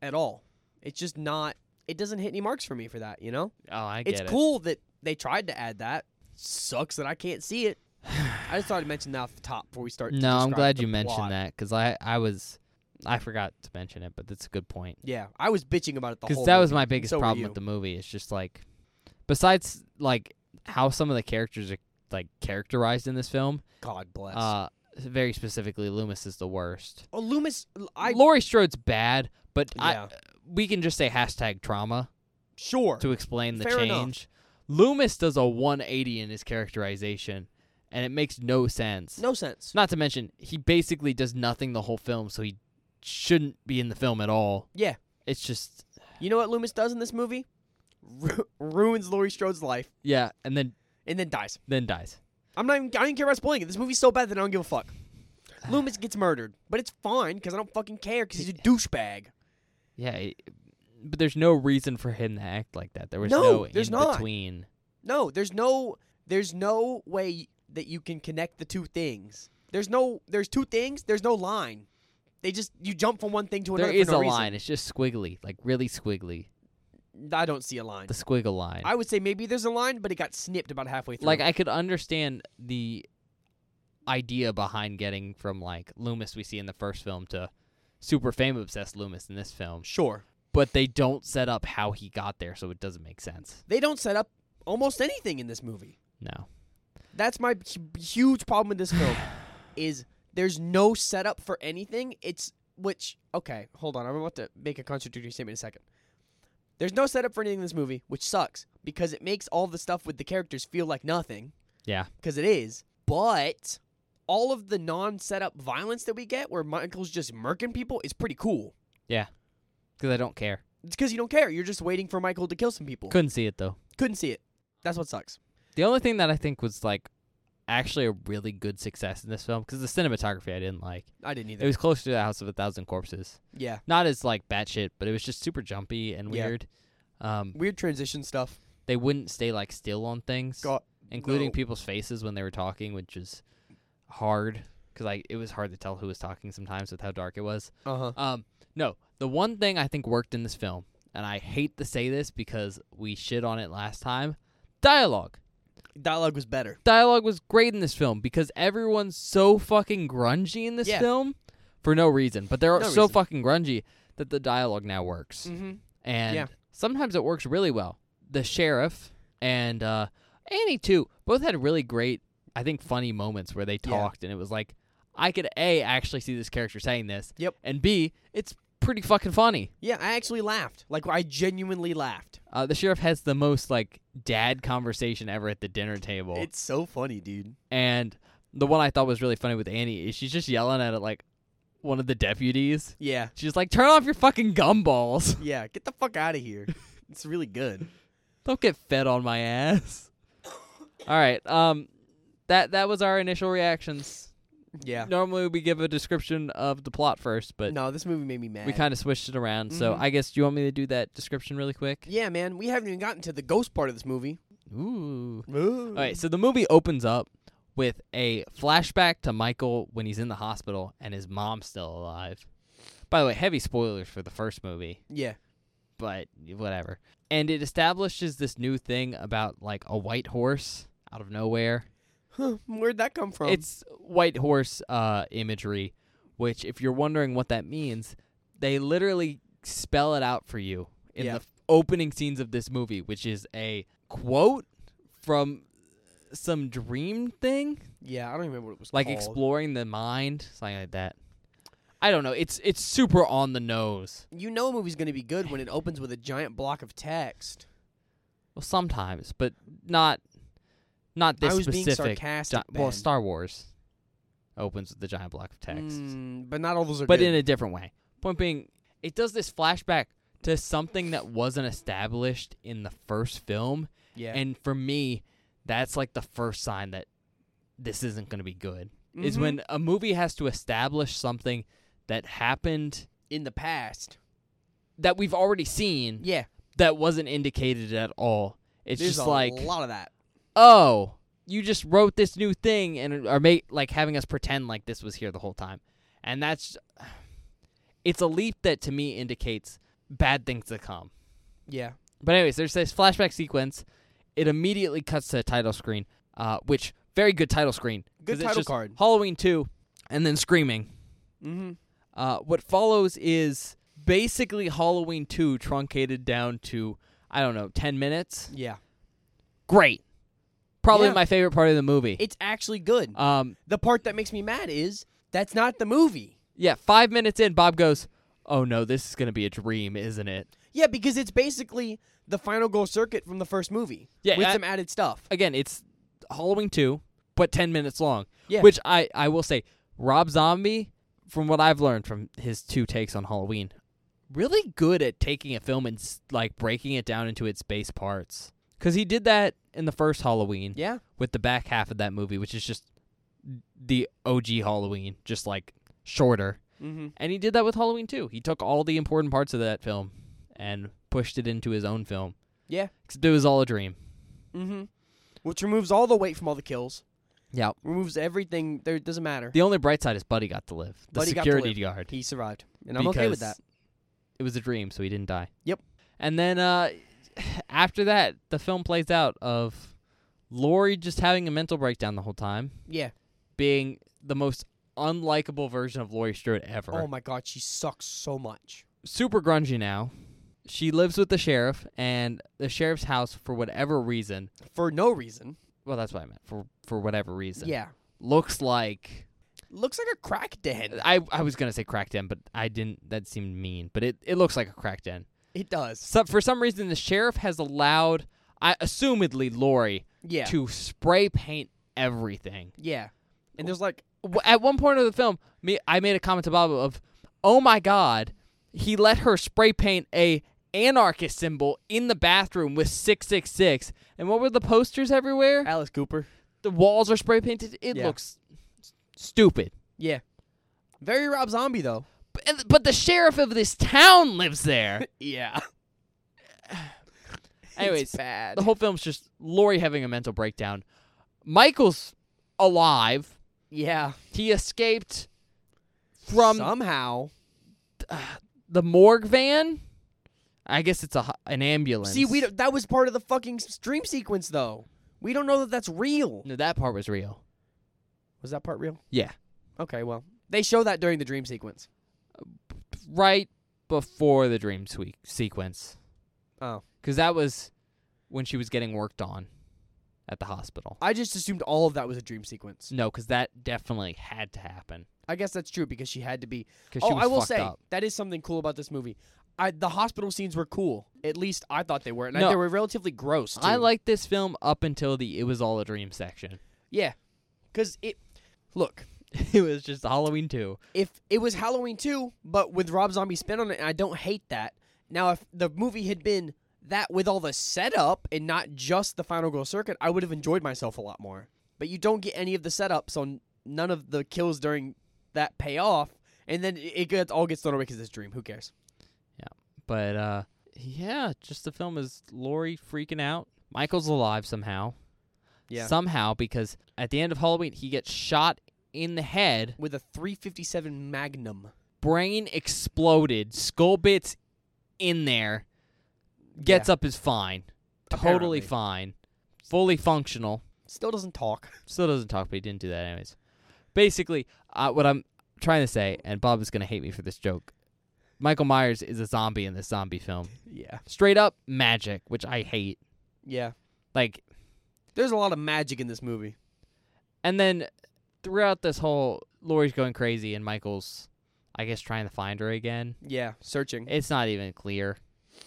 Speaker 1: At all. It's just not it doesn't hit any marks for me for that, you know?
Speaker 2: Oh, I get
Speaker 1: it's
Speaker 2: it.
Speaker 1: cool that they tried to add that. Sucks that I can't see it. I just thought I'd mention that off the top before we start. to
Speaker 2: No, I'm
Speaker 1: describe
Speaker 2: glad
Speaker 1: the
Speaker 2: you mentioned
Speaker 1: plot.
Speaker 2: that because I, I was I forgot to mention it, but that's a good point
Speaker 1: Yeah, I was bitching about it the
Speaker 2: because
Speaker 1: whole.
Speaker 2: that was
Speaker 1: movie.
Speaker 2: my biggest
Speaker 1: So were
Speaker 2: problem
Speaker 1: you.
Speaker 2: with the movie. It's just like besides like how some of the characters are like characterized in this film,
Speaker 1: God bless.
Speaker 2: uh, very specifically Loomis is the worst.
Speaker 1: oh, Loomis, I
Speaker 2: Laurie Strode's bad, but
Speaker 1: Yeah.
Speaker 2: I we can just say hashtag trauma
Speaker 1: sure.
Speaker 2: to explain the
Speaker 1: Fair enough.
Speaker 2: change. Loomis does a 180 in his characterization, and it makes no sense.
Speaker 1: No sense.
Speaker 2: Not to mention, he basically does nothing the whole film, so he shouldn't be in the film at all.
Speaker 1: Yeah,
Speaker 2: It's just
Speaker 1: you know what Loomis does in this movie? Ru- ruins Laurie Strode's life
Speaker 2: yeah, and then
Speaker 1: and then dies.
Speaker 2: then dies.
Speaker 1: I'm not. Even, I don't care about spoiling it. This movie's so bad that I don't give a fuck. Loomis gets murdered, but it's fine because I don't fucking care because he's a douchebag.
Speaker 2: Yeah, it- but there's no reason for him to act like that. There was
Speaker 1: No,
Speaker 2: no,
Speaker 1: there's
Speaker 2: in
Speaker 1: not.
Speaker 2: between.
Speaker 1: No, there's no there's no way that you can connect the two things. There's no there's two things, there's no line. They just you jump from one thing to another.
Speaker 2: There
Speaker 1: for
Speaker 2: is
Speaker 1: no
Speaker 2: a
Speaker 1: reason.
Speaker 2: line. It's just squiggly, like really squiggly.
Speaker 1: I don't see a line.
Speaker 2: The squiggle line.
Speaker 1: I would say maybe there's a line, but it got snipped about halfway through.
Speaker 2: like I could understand the idea behind getting from like Loomis we see in the first film to super fame obsessed Loomis in this film,
Speaker 1: sure.
Speaker 2: but they don't set up how he got there, so it doesn't make sense.
Speaker 1: They don't set up almost anything in this movie.
Speaker 2: No.
Speaker 1: That's my hu- huge problem with this film is there's no setup for anything. It's which okay, hold on. I'm about to make a contradictory statement in a second. There's no setup for anything in this movie, which sucks because it makes all the stuff with the characters feel like nothing
Speaker 2: Yeah.
Speaker 1: because it is. But all of the non-setup violence that we get, where Michael's just murking people, is pretty cool.
Speaker 2: because I don't care.
Speaker 1: It's because you don't care. You're just waiting for Michael to kill some people.
Speaker 2: Couldn't see it though.
Speaker 1: Couldn't see it. That's what sucks.
Speaker 2: The only thing that I think was like actually a really good success in this film because the cinematography I didn't like.
Speaker 1: I didn't
Speaker 2: It
Speaker 1: either.
Speaker 2: was closer to the House of a Thousand Corpses.
Speaker 1: yeah,
Speaker 2: Not as like batshit, but it was just super jumpy and
Speaker 1: Yeah.
Speaker 2: weird. Um,
Speaker 1: weird transition stuff.
Speaker 2: they wouldn't stay like still on things,
Speaker 1: God,
Speaker 2: including
Speaker 1: no.
Speaker 2: people's faces when they were talking, which is hard. because like it was hard to tell who was talking sometimes with how dark it was.
Speaker 1: Uh huh.
Speaker 2: Um, no, the one thing I think worked in this film, and I hate to say this because we shit on it last time, dialogue.
Speaker 1: Dialogue was better.
Speaker 2: Dialogue was great in this film because everyone's so fucking grungy in this
Speaker 1: Yeah.
Speaker 2: film for no reason, but they're
Speaker 1: No
Speaker 2: so
Speaker 1: reason.
Speaker 2: fucking grungy that the dialogue now works,
Speaker 1: Mm-hmm.
Speaker 2: and
Speaker 1: Yeah.
Speaker 2: sometimes it works really well. The sheriff and uh, Annie too both had really great, I think, funny moments where they
Speaker 1: Yeah.
Speaker 2: talked, and it was like I could a actually see this character saying this,
Speaker 1: Yep.
Speaker 2: and b it's pretty fucking funny.
Speaker 1: Yeah, I actually laughed. Like I genuinely laughed.
Speaker 2: Uh, the sheriff has the most like dad conversation ever at the dinner table,
Speaker 1: It's so funny, dude.
Speaker 2: and the one I thought was really funny with Annie is she's just yelling at it like one of the deputies.
Speaker 1: Yeah.
Speaker 2: She's like, "Turn off your fucking gumballs!
Speaker 1: Yeah. Get the fuck out of here. it's really good.
Speaker 2: Don't get fed on my ass." All right, um, that that was our initial reactions.
Speaker 1: Yeah.
Speaker 2: Normally we give a description of the plot first, but
Speaker 1: No, this movie made me mad.
Speaker 2: we kind of switched it around. So
Speaker 1: Mhm.
Speaker 2: I guess do you want me to do that description really quick?
Speaker 1: yeah, man. We haven't even gotten to the ghost part of this movie.
Speaker 2: Ooh.
Speaker 1: Ooh.
Speaker 2: All right, so the movie opens up with a flashback to Michael when he's in the hospital and his mom's still alive. By the way, heavy spoilers for the first movie,
Speaker 1: Yeah.
Speaker 2: but whatever. And it establishes this new thing about like a white horse out of nowhere.
Speaker 1: Huh, where'd that come from?
Speaker 2: It's white horse uh, imagery, which, if you're wondering what that means, they literally spell it out for you in
Speaker 1: Yeah.
Speaker 2: the opening scenes of this movie, which is a quote from some dream thing,
Speaker 1: yeah, I don't remember what it was
Speaker 2: like
Speaker 1: called.
Speaker 2: exploring the mind, something like that. I don't know. It's it's super on the nose.
Speaker 1: You know a movie's gonna be good when it opens with a giant block of text.
Speaker 2: Well, sometimes, but not not this
Speaker 1: I was being
Speaker 2: specific.
Speaker 1: sarcastic.
Speaker 2: gi- well,
Speaker 1: Ben.
Speaker 2: Star Wars opens with the giant block of text.
Speaker 1: Mm, but not all those are
Speaker 2: but
Speaker 1: good.
Speaker 2: in a different way. Point being, it does this flashback to something that wasn't established in the first film,
Speaker 1: yeah.
Speaker 2: and for me, that's like the first sign that this isn't going to be good.
Speaker 1: Mm-hmm.
Speaker 2: Is when a movie has to establish something that happened
Speaker 1: in the past.
Speaker 2: that we've already seen
Speaker 1: Yeah.
Speaker 2: that wasn't indicated at all. It's
Speaker 1: There's
Speaker 2: just
Speaker 1: a
Speaker 2: like,
Speaker 1: lot of that.
Speaker 2: oh, you just wrote this new thing and are make like having us pretend like this was here the whole time, and that's it's a leap that to me indicates bad things to come.
Speaker 1: Yeah.
Speaker 2: But anyways, there's this flashback sequence. It immediately cuts to the title screen, uh, which very good title screen.
Speaker 1: Good
Speaker 2: 'cause it's
Speaker 1: title
Speaker 2: just
Speaker 1: card.
Speaker 2: Halloween two, and then screaming.
Speaker 1: Mm-hmm.
Speaker 2: Uh, what follows is basically Halloween two truncated down to I don't know ten minutes.
Speaker 1: Yeah.
Speaker 2: Great, probably
Speaker 1: Yeah.
Speaker 2: my favorite part of the movie.
Speaker 1: It's actually good.
Speaker 2: um,
Speaker 1: Uh, the part that makes me mad is that's not the movie.
Speaker 2: Yeah, five minutes in, Bob goes, "Oh no, this is gonna be a dream, isn't it?"
Speaker 1: Yeah, because it's basically the final goal circuit from the first movie.
Speaker 2: Yeah,
Speaker 1: with
Speaker 2: I-
Speaker 1: some added stuff.
Speaker 2: Again, it's Halloween two, but ten minutes long.
Speaker 1: Yeah.
Speaker 2: Which I I will say, Rob Zombie, from what I've learned from his two takes on Halloween, really good at taking a film and s- like breaking it down into its base parts. Cause he did that in the first Halloween
Speaker 1: Yeah,
Speaker 2: with the back half of that movie, which is just the OG Halloween, just like shorter.
Speaker 1: mm-hmm.
Speaker 2: And he did that with Halloween too. He took all the important parts of that film and pushed it into his own film.
Speaker 1: Yeah.
Speaker 2: Except it was all a dream.
Speaker 1: mm-hmm. Which removes all the weight from all the kills.
Speaker 2: Yeah.
Speaker 1: Removes everything. There it doesn't matter.
Speaker 2: The only bright side is Buddy got to live. The
Speaker 1: Buddy got to
Speaker 2: security guard.
Speaker 1: He survived, and I'm okay with that.
Speaker 2: because It was a dream, so he didn't die.
Speaker 1: Yep.
Speaker 2: And then uh after that, the film plays out of Lori just having a mental breakdown the whole time,
Speaker 1: Yeah.
Speaker 2: being the most unlikable version of Lori Strode ever.
Speaker 1: Oh my God, she sucks so much.
Speaker 2: super grungy now. She lives with the sheriff and the sheriff's house for whatever reason
Speaker 1: for no reason.
Speaker 2: well that's what i meant for for whatever reason
Speaker 1: Yeah,
Speaker 2: looks like
Speaker 1: looks like a crack den.
Speaker 2: i i was gonna say crack den but i didn't that seemed mean but it it looks like a crack den
Speaker 1: It does.
Speaker 2: so for some reason the sheriff has allowed i assumedly lori
Speaker 1: Yeah,
Speaker 2: to spray paint everything
Speaker 1: yeah. And there's like,
Speaker 2: W- at one point of the film me i made a comment to bob of oh my god he let her spray paint a anarchist symbol in the bathroom with 666 and what were the posters everywhere
Speaker 1: Alice Cooper.
Speaker 2: the walls are spray painted it
Speaker 1: Uh, Yeah.
Speaker 2: looks s- stupid
Speaker 1: Yeah, very Rob Zombie though.
Speaker 2: and, but the sheriff of this town lives there.
Speaker 1: Yeah.
Speaker 2: Anyways,
Speaker 1: it's bad.
Speaker 2: the whole film's just Lori having a mental breakdown. Michael's alive,
Speaker 1: Yeah.
Speaker 2: He escaped from
Speaker 1: somehow.
Speaker 2: the morgue van. I guess it's a ho- an ambulance.
Speaker 1: See, we don't, that was part of the fucking s- dream sequence though. We don't know that that's real.
Speaker 2: no, that part was real.
Speaker 1: Was that part real?
Speaker 2: Yeah,
Speaker 1: Okay, well, they show that during the dream sequence.
Speaker 2: right before the dream sweep sequence.
Speaker 1: Oh.
Speaker 2: because that was when she was getting worked on at the hospital.
Speaker 1: I just assumed all of that was a dream sequence.
Speaker 2: No, because that definitely had to happen.
Speaker 1: I guess that's true because she had to be.
Speaker 2: Because
Speaker 1: oh,
Speaker 2: she was
Speaker 1: I will
Speaker 2: fucked
Speaker 1: say
Speaker 2: up.
Speaker 1: that is something cool about this movie. I, the hospital scenes were cool. At least I thought they were, and I-
Speaker 2: No.
Speaker 1: they were relatively gross. Too.
Speaker 2: I liked this film up until the it was all a dream section.
Speaker 1: yeah, because it. Look,
Speaker 2: it was just Halloween two.
Speaker 1: if it was Halloween 2, but with Rob Zombie spin on it, and I don't hate that. Now, if the movie had been that with all the setup and not just the Final Girl Circuit, I would have enjoyed myself a lot more. But you don't get any of the setup, so n- none of the kills during that pay off, and then it it gets, all gets thrown away because it's Dream. Who cares?
Speaker 2: But uh yeah, just the film is Lori freaking out. Michael's alive somehow.
Speaker 1: Yeah.
Speaker 2: Somehow because at the end of Halloween he gets shot in the head,
Speaker 1: With a 357 Magnum.
Speaker 2: brain exploded, skull bits in there, gets up is fine. Totally
Speaker 1: Apparently.
Speaker 2: fine. Fully functional.
Speaker 1: Still doesn't talk.
Speaker 2: Still doesn't talk, but he didn't do that anyways. Basically, uh, what I'm trying to say, and Bob is gonna hate me for this joke. Michael Myers is a zombie in this zombie film.
Speaker 1: Yeah.
Speaker 2: Straight up magic, which I hate.
Speaker 1: Yeah.
Speaker 2: Like,
Speaker 1: There's a lot of magic in this movie.
Speaker 2: and then throughout this whole, Lori's going crazy, and Michael's, I guess, trying to find her again.
Speaker 1: Yeah. Searching.
Speaker 2: It's not even clear.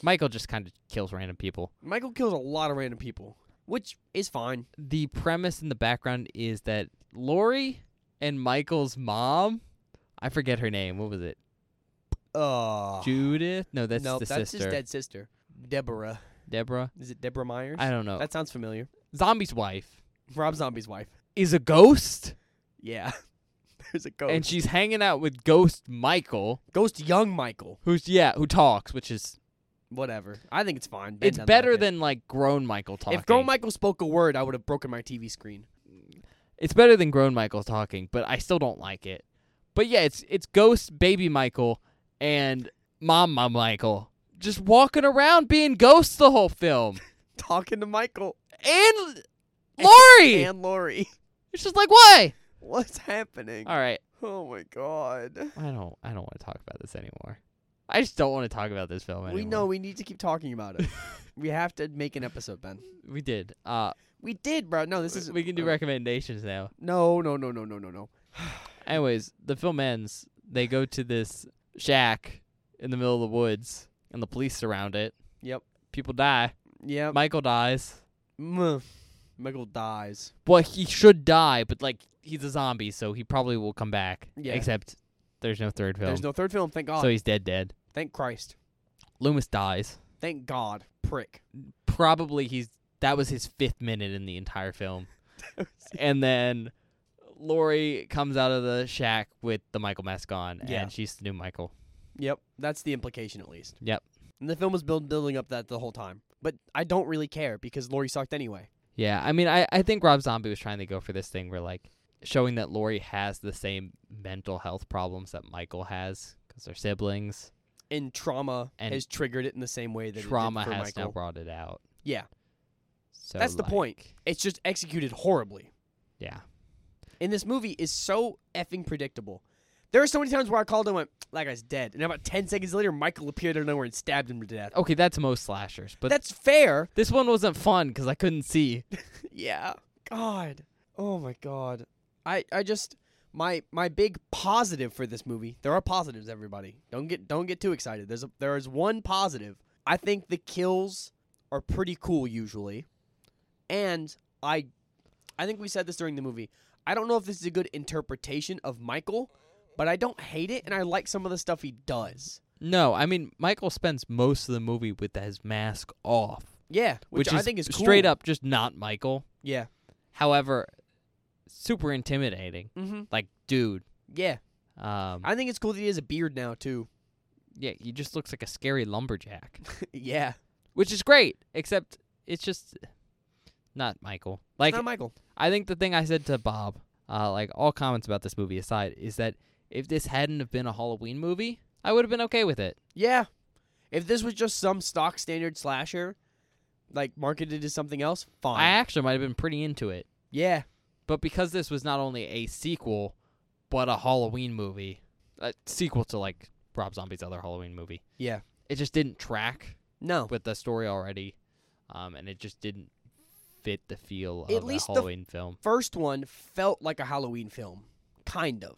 Speaker 2: Michael just kind of kills random people.
Speaker 1: Michael kills a lot of random people, which is fine.
Speaker 2: The premise in the background is that Lori and Michael's mom, I forget her name. What was it?
Speaker 1: Uh,
Speaker 2: Judith? No, that's
Speaker 1: no,
Speaker 2: the
Speaker 1: that's
Speaker 2: sister.
Speaker 1: his dead sister, Deborah.
Speaker 2: Deborah.
Speaker 1: Is it Deborah Myers?
Speaker 2: I don't know.
Speaker 1: That sounds familiar.
Speaker 2: Zombie's wife
Speaker 1: Rob Zombie's wife.
Speaker 2: is a ghost,
Speaker 1: Yeah, there's a ghost.
Speaker 2: and she's hanging out with Ghost Michael,
Speaker 1: ghost young Michael.
Speaker 2: who's yeah, who talks, which is
Speaker 1: Whatever. I think it's fine. Ben
Speaker 2: it's
Speaker 1: doesn't
Speaker 2: better
Speaker 1: like it.
Speaker 2: than like grown Michael talking.
Speaker 1: if grown Michael spoke a word, I would have broken my TV screen.
Speaker 2: it's better than grown Michael talking, but I still don't like it. But yeah, it's it's ghost baby Michael and mom mom Michael just walking around being ghosts the whole film.
Speaker 1: Talking to Michael
Speaker 2: And Lori,
Speaker 1: and Lori.
Speaker 2: it's just like why?
Speaker 1: What's happening?
Speaker 2: All right,
Speaker 1: Oh my god.
Speaker 2: I don't I don't want to talk about this anymore. I just don't want to talk about this film anymore.
Speaker 1: We know we need to keep talking about it. we have to make an episode, Ben.
Speaker 2: we did. Uh,
Speaker 1: We did, bro. No, this
Speaker 2: w-
Speaker 1: is
Speaker 2: we can do
Speaker 1: uh,
Speaker 2: recommendations now.
Speaker 1: No, no, no, no, no, no, no.
Speaker 2: Anyways, the film ends. They go to this shack in the middle of the woods, and the police surround it.
Speaker 1: Yep.
Speaker 2: People die.
Speaker 1: Yeah.
Speaker 2: Michael dies.
Speaker 1: Mm. Michael dies.
Speaker 2: Well, he should die, but like he's a zombie, so he probably will come back.
Speaker 1: Yeah.
Speaker 2: Except there's no third film,
Speaker 1: There's no third film. Thank God.
Speaker 2: so he's dead. Dead.
Speaker 1: Thank Christ.
Speaker 2: Loomis dies.
Speaker 1: Thank God. Prick.
Speaker 2: Probably he's that was his fifth minute in the entire film, and then. Lori comes out of the shack with the Michael mask on,
Speaker 1: Yeah.
Speaker 2: and she's the new Michael.
Speaker 1: Yep. That's the implication, at least.
Speaker 2: Yep.
Speaker 1: And the film was build, building up that the whole time. But I don't really care because Lori sucked anyway.
Speaker 2: Yeah, I mean, I, I think Rob Zombie was trying to go for this thing where, like, showing that Lori has the same mental health problems that Michael has because they're siblings.
Speaker 1: And trauma
Speaker 2: And
Speaker 1: has triggered it in the same way that
Speaker 2: Trauma
Speaker 1: it did for
Speaker 2: has
Speaker 1: Michael.
Speaker 2: now brought it out.
Speaker 1: Yeah.
Speaker 2: So
Speaker 1: That's the
Speaker 2: like,
Speaker 1: point. It's just executed horribly.
Speaker 2: Yeah.
Speaker 1: And this movie is so effing predictable. There are so many times where I called and went, "That guy's dead," and about ten seconds later, Michael appeared out of nowhere and stabbed him to death.
Speaker 2: Okay, that's most slashers, but
Speaker 1: That's fair.
Speaker 2: this one wasn't fun because I couldn't see.
Speaker 1: Yeah. God. Oh my god. I I just my my big positive for this movie. There are positives everybody. Don't get don't get too excited. There's a, there is one positive. I think the kills are pretty cool usually. And I I think we said this during the movie. I don't know if this is a good interpretation of Michael, but I don't hate it and I like some of the stuff he does.
Speaker 2: No, I mean Michael spends most of the movie with his mask off,
Speaker 1: Yeah, which, I
Speaker 2: is
Speaker 1: think is cool.
Speaker 2: straight up just not Michael.
Speaker 1: Yeah.
Speaker 2: However, super intimidating.
Speaker 1: Mhm.
Speaker 2: Like, dude,
Speaker 1: Yeah.
Speaker 2: um,
Speaker 1: I think it's cool that he has a beard now too.
Speaker 2: yeah, he just looks like a scary lumberjack.
Speaker 1: yeah.
Speaker 2: which is great. Except it's just not Michael. Like
Speaker 1: Not Michael.
Speaker 2: I think the thing I said to Bob uh, like all comments about this movie aside, is that if this hadn't have been a Halloween movie, I would have been okay with it.
Speaker 1: Yeah. If this was just some stock standard slasher, like marketed as something else, fine.
Speaker 2: I actually might have been pretty into it.
Speaker 1: yeah.
Speaker 2: But because this was not only a sequel, but a Halloween movie, a sequel to like Rob Zombie's other Halloween movie,
Speaker 1: Yeah.
Speaker 2: it just didn't track
Speaker 1: No.
Speaker 2: with the story already, um, and it just didn't fit the feel
Speaker 1: At
Speaker 2: of
Speaker 1: least
Speaker 2: a
Speaker 1: the-
Speaker 2: Halloween film.
Speaker 1: First one felt like a Halloween film, kind of.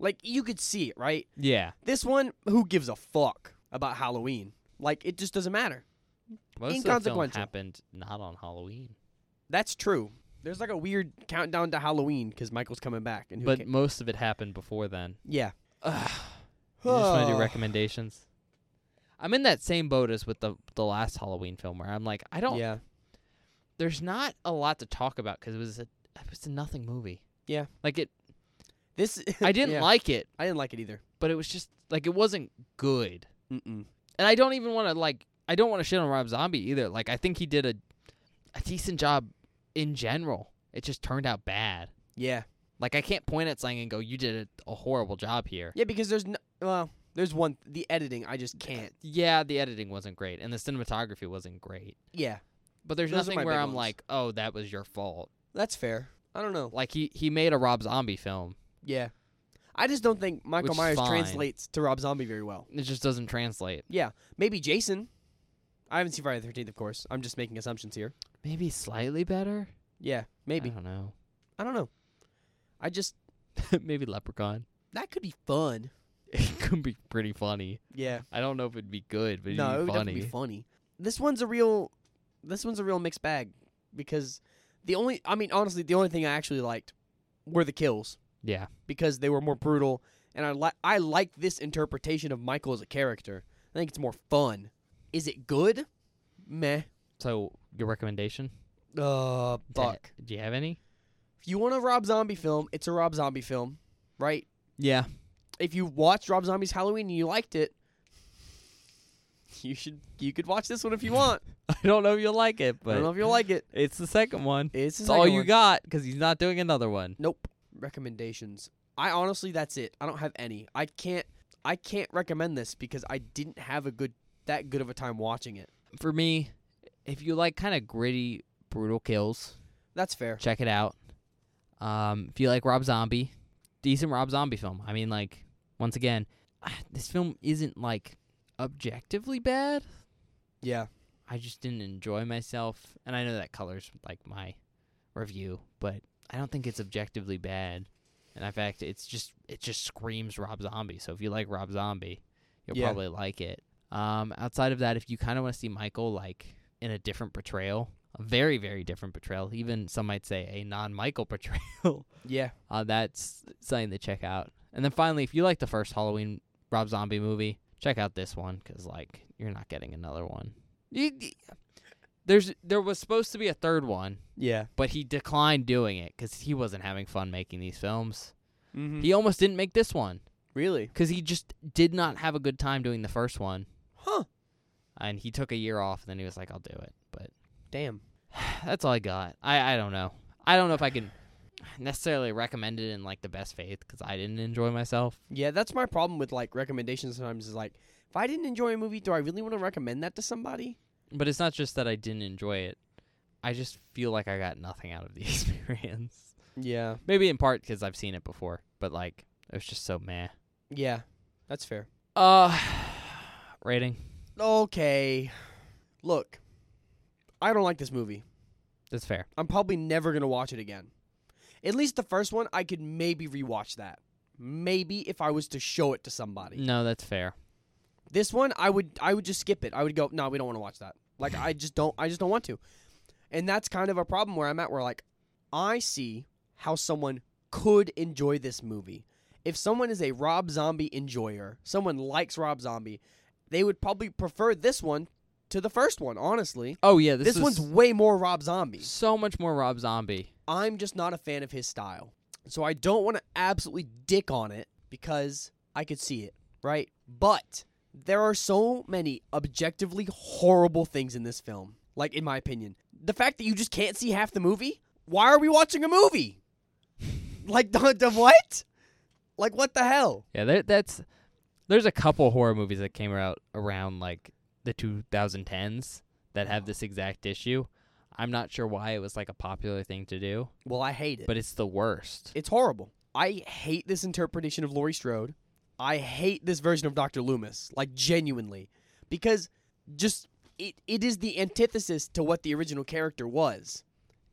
Speaker 1: Like you could see it, right?
Speaker 2: Yeah,
Speaker 1: This one, who gives a fuck about Halloween? Like it just doesn't matter.
Speaker 2: most of the film
Speaker 1: Inconsequential.
Speaker 2: happened not on Halloween,
Speaker 1: That's true. There's like a weird countdown to Halloween because Michael's coming back, and who
Speaker 2: but
Speaker 1: ca-
Speaker 2: most of it happened before then.
Speaker 1: yeah,
Speaker 2: You just want to do
Speaker 1: Oh.
Speaker 2: recommendations. I'm in that same boat as with the the last Halloween film where I'm like, I don't.
Speaker 1: yeah,
Speaker 2: There's not a lot to talk about because it was a it was a nothing movie.
Speaker 1: Yeah.
Speaker 2: like it.
Speaker 1: this
Speaker 2: I didn't
Speaker 1: yeah.
Speaker 2: like it,
Speaker 1: I didn't like it either.
Speaker 2: but it was just like it wasn't good.
Speaker 1: Mm-mm.
Speaker 2: and I don't even want to like I don't want to shit on Rob Zombie either. Like I think he did a a decent job in general. It just turned out bad.
Speaker 1: Yeah,
Speaker 2: Like I can't point at something and go, "You did a, a horrible job here."
Speaker 1: yeah, because there's no, well, there's one the editing. I just can't.
Speaker 2: Yeah, the editing wasn't great and the cinematography wasn't great.
Speaker 1: Yeah,
Speaker 2: But there's
Speaker 1: Those are
Speaker 2: nothing
Speaker 1: my
Speaker 2: where
Speaker 1: big
Speaker 2: I'm
Speaker 1: ones.
Speaker 2: like, "Oh, that was your fault."
Speaker 1: that's fair. I don't know.
Speaker 2: Like he he made a Rob Zombie film.
Speaker 1: Yeah, I just don't think Michael
Speaker 2: Which is
Speaker 1: Myers
Speaker 2: fine.
Speaker 1: translates to Rob Zombie very well.
Speaker 2: It just doesn't translate.
Speaker 1: Yeah, maybe Jason. I haven't seen Friday the Thirteenth, of course. I'm just making assumptions here.
Speaker 2: Maybe slightly better.
Speaker 1: Yeah, maybe.
Speaker 2: I don't know.
Speaker 1: I don't know. I just
Speaker 2: Maybe Leprechaun.
Speaker 1: that could be fun.
Speaker 2: It could be pretty funny.
Speaker 1: Yeah.
Speaker 2: I don't know if it'd be good, but it'd
Speaker 1: no,
Speaker 2: be
Speaker 1: it would
Speaker 2: funny.
Speaker 1: definitely be funny. This one's a real, this one's a real mixed bag because the only, I mean, honestly, the only thing I actually liked were the kills
Speaker 2: yeah.
Speaker 1: because they were more brutal, and I like I like this interpretation of Michael as a character. I think it's more fun. Is it good? Meh.
Speaker 2: So your recommendation?
Speaker 1: Uh,
Speaker 2: Do you-
Speaker 1: fuck.
Speaker 2: Do you have any?
Speaker 1: If you want a Rob Zombie film, it's a Rob Zombie film, right?
Speaker 2: Yeah.
Speaker 1: If you watched Rob Zombie's Halloween and you liked it, you should you could watch this one if you want.
Speaker 2: I don't know if you'll like it,
Speaker 1: I don't know
Speaker 2: but
Speaker 1: if you'll like it.
Speaker 2: it's the second one.
Speaker 1: It's, the
Speaker 2: It's all
Speaker 1: second
Speaker 2: you
Speaker 1: one.
Speaker 2: got because he's not doing another one.
Speaker 1: Nope. Recommendations. I honestly, that's it. I don't have any. I can't. I can't recommend this because I didn't have a good that good of a time watching it.
Speaker 2: For me, if you like kind of gritty, brutal kills,
Speaker 1: That's fair.
Speaker 2: check it out. Um, if you like Rob Zombie, decent Rob Zombie film. I mean, like once again, this film isn't like objectively bad.
Speaker 1: Yeah.
Speaker 2: I just didn't enjoy myself, and I know that colors like my review, but I don't think it's objectively bad. And in fact, it's just it just screams Rob Zombie. So if you like Rob Zombie, you'll
Speaker 1: Yeah.
Speaker 2: probably like it. Um, outside of that, if you kind of want to see Michael like in a different portrayal, a very very different portrayal, even some might say a non-Michael portrayal,
Speaker 1: Yeah.
Speaker 2: uh, that's something to check out. And then finally, if you like the first Halloween Rob Zombie movie, check out this one 'cause like you're not getting another one. You- you- There's there was supposed to be a third one,
Speaker 1: Yeah.
Speaker 2: but he declined doing it 'cause he wasn't having fun making these films.
Speaker 1: Mm-hmm.
Speaker 2: He almost didn't make this one
Speaker 1: really?
Speaker 2: 'cause he just did not have a good time doing the first one,
Speaker 1: Huh.
Speaker 2: and he took a year off. And then he was like, "I'll do it," but
Speaker 1: Damn.
Speaker 2: that's all I got. I I don't know. I don't know if I can necessarily recommend it in like the best faith 'cause I didn't enjoy myself.
Speaker 1: Yeah, that's my problem with like recommendations sometimes is like if I didn't enjoy a movie, do I really want to recommend that to somebody?
Speaker 2: But it's not just that I didn't enjoy it. I just feel like I got nothing out of the experience.
Speaker 1: Yeah.
Speaker 2: Maybe in part 'cause I've seen it before, but like it was just so meh.
Speaker 1: Yeah. That's fair.
Speaker 2: Uh, rating.
Speaker 1: Okay. Look, I don't like this movie.
Speaker 2: That's fair.
Speaker 1: I'm probably never gonna watch it again. At least the first one, I could maybe rewatch that. Maybe if I was to show it to somebody.
Speaker 2: No, that's fair.
Speaker 1: This one, I would, I would just skip it. I would go, no, we don't want to watch that. Like, I just don't, I just don't want to. And that's kind of a problem where I'm at. Where like, I see how someone could enjoy this movie. If someone is a Rob Zombie enjoyer, someone likes Rob Zombie, they would probably prefer this one to the first one. Honestly,
Speaker 2: Oh yeah,
Speaker 1: this,
Speaker 2: this,
Speaker 1: one's
Speaker 2: was
Speaker 1: way more Rob Zombie.
Speaker 2: so much more Rob Zombie.
Speaker 1: I'm just not a fan of his style. So I don't want to absolutely dick on it because I could see it, right? But there are so many objectively horrible things in this film, like in my opinion. The fact that you just can't see half the movie, why are we watching a movie? Like the, the what? Like what the hell?
Speaker 2: Yeah, there, that's there's a couple horror movies that came out around like the 2010s that have this exact issue. I'm not sure why it was like a popular thing to do,
Speaker 1: Well, I hate it.
Speaker 2: but it's the worst.
Speaker 1: It's horrible. I hate this interpretation of Laurie Strode. I hate this version of Dr. Loomis, like genuinely, because just it, it is the antithesis to what the original character was.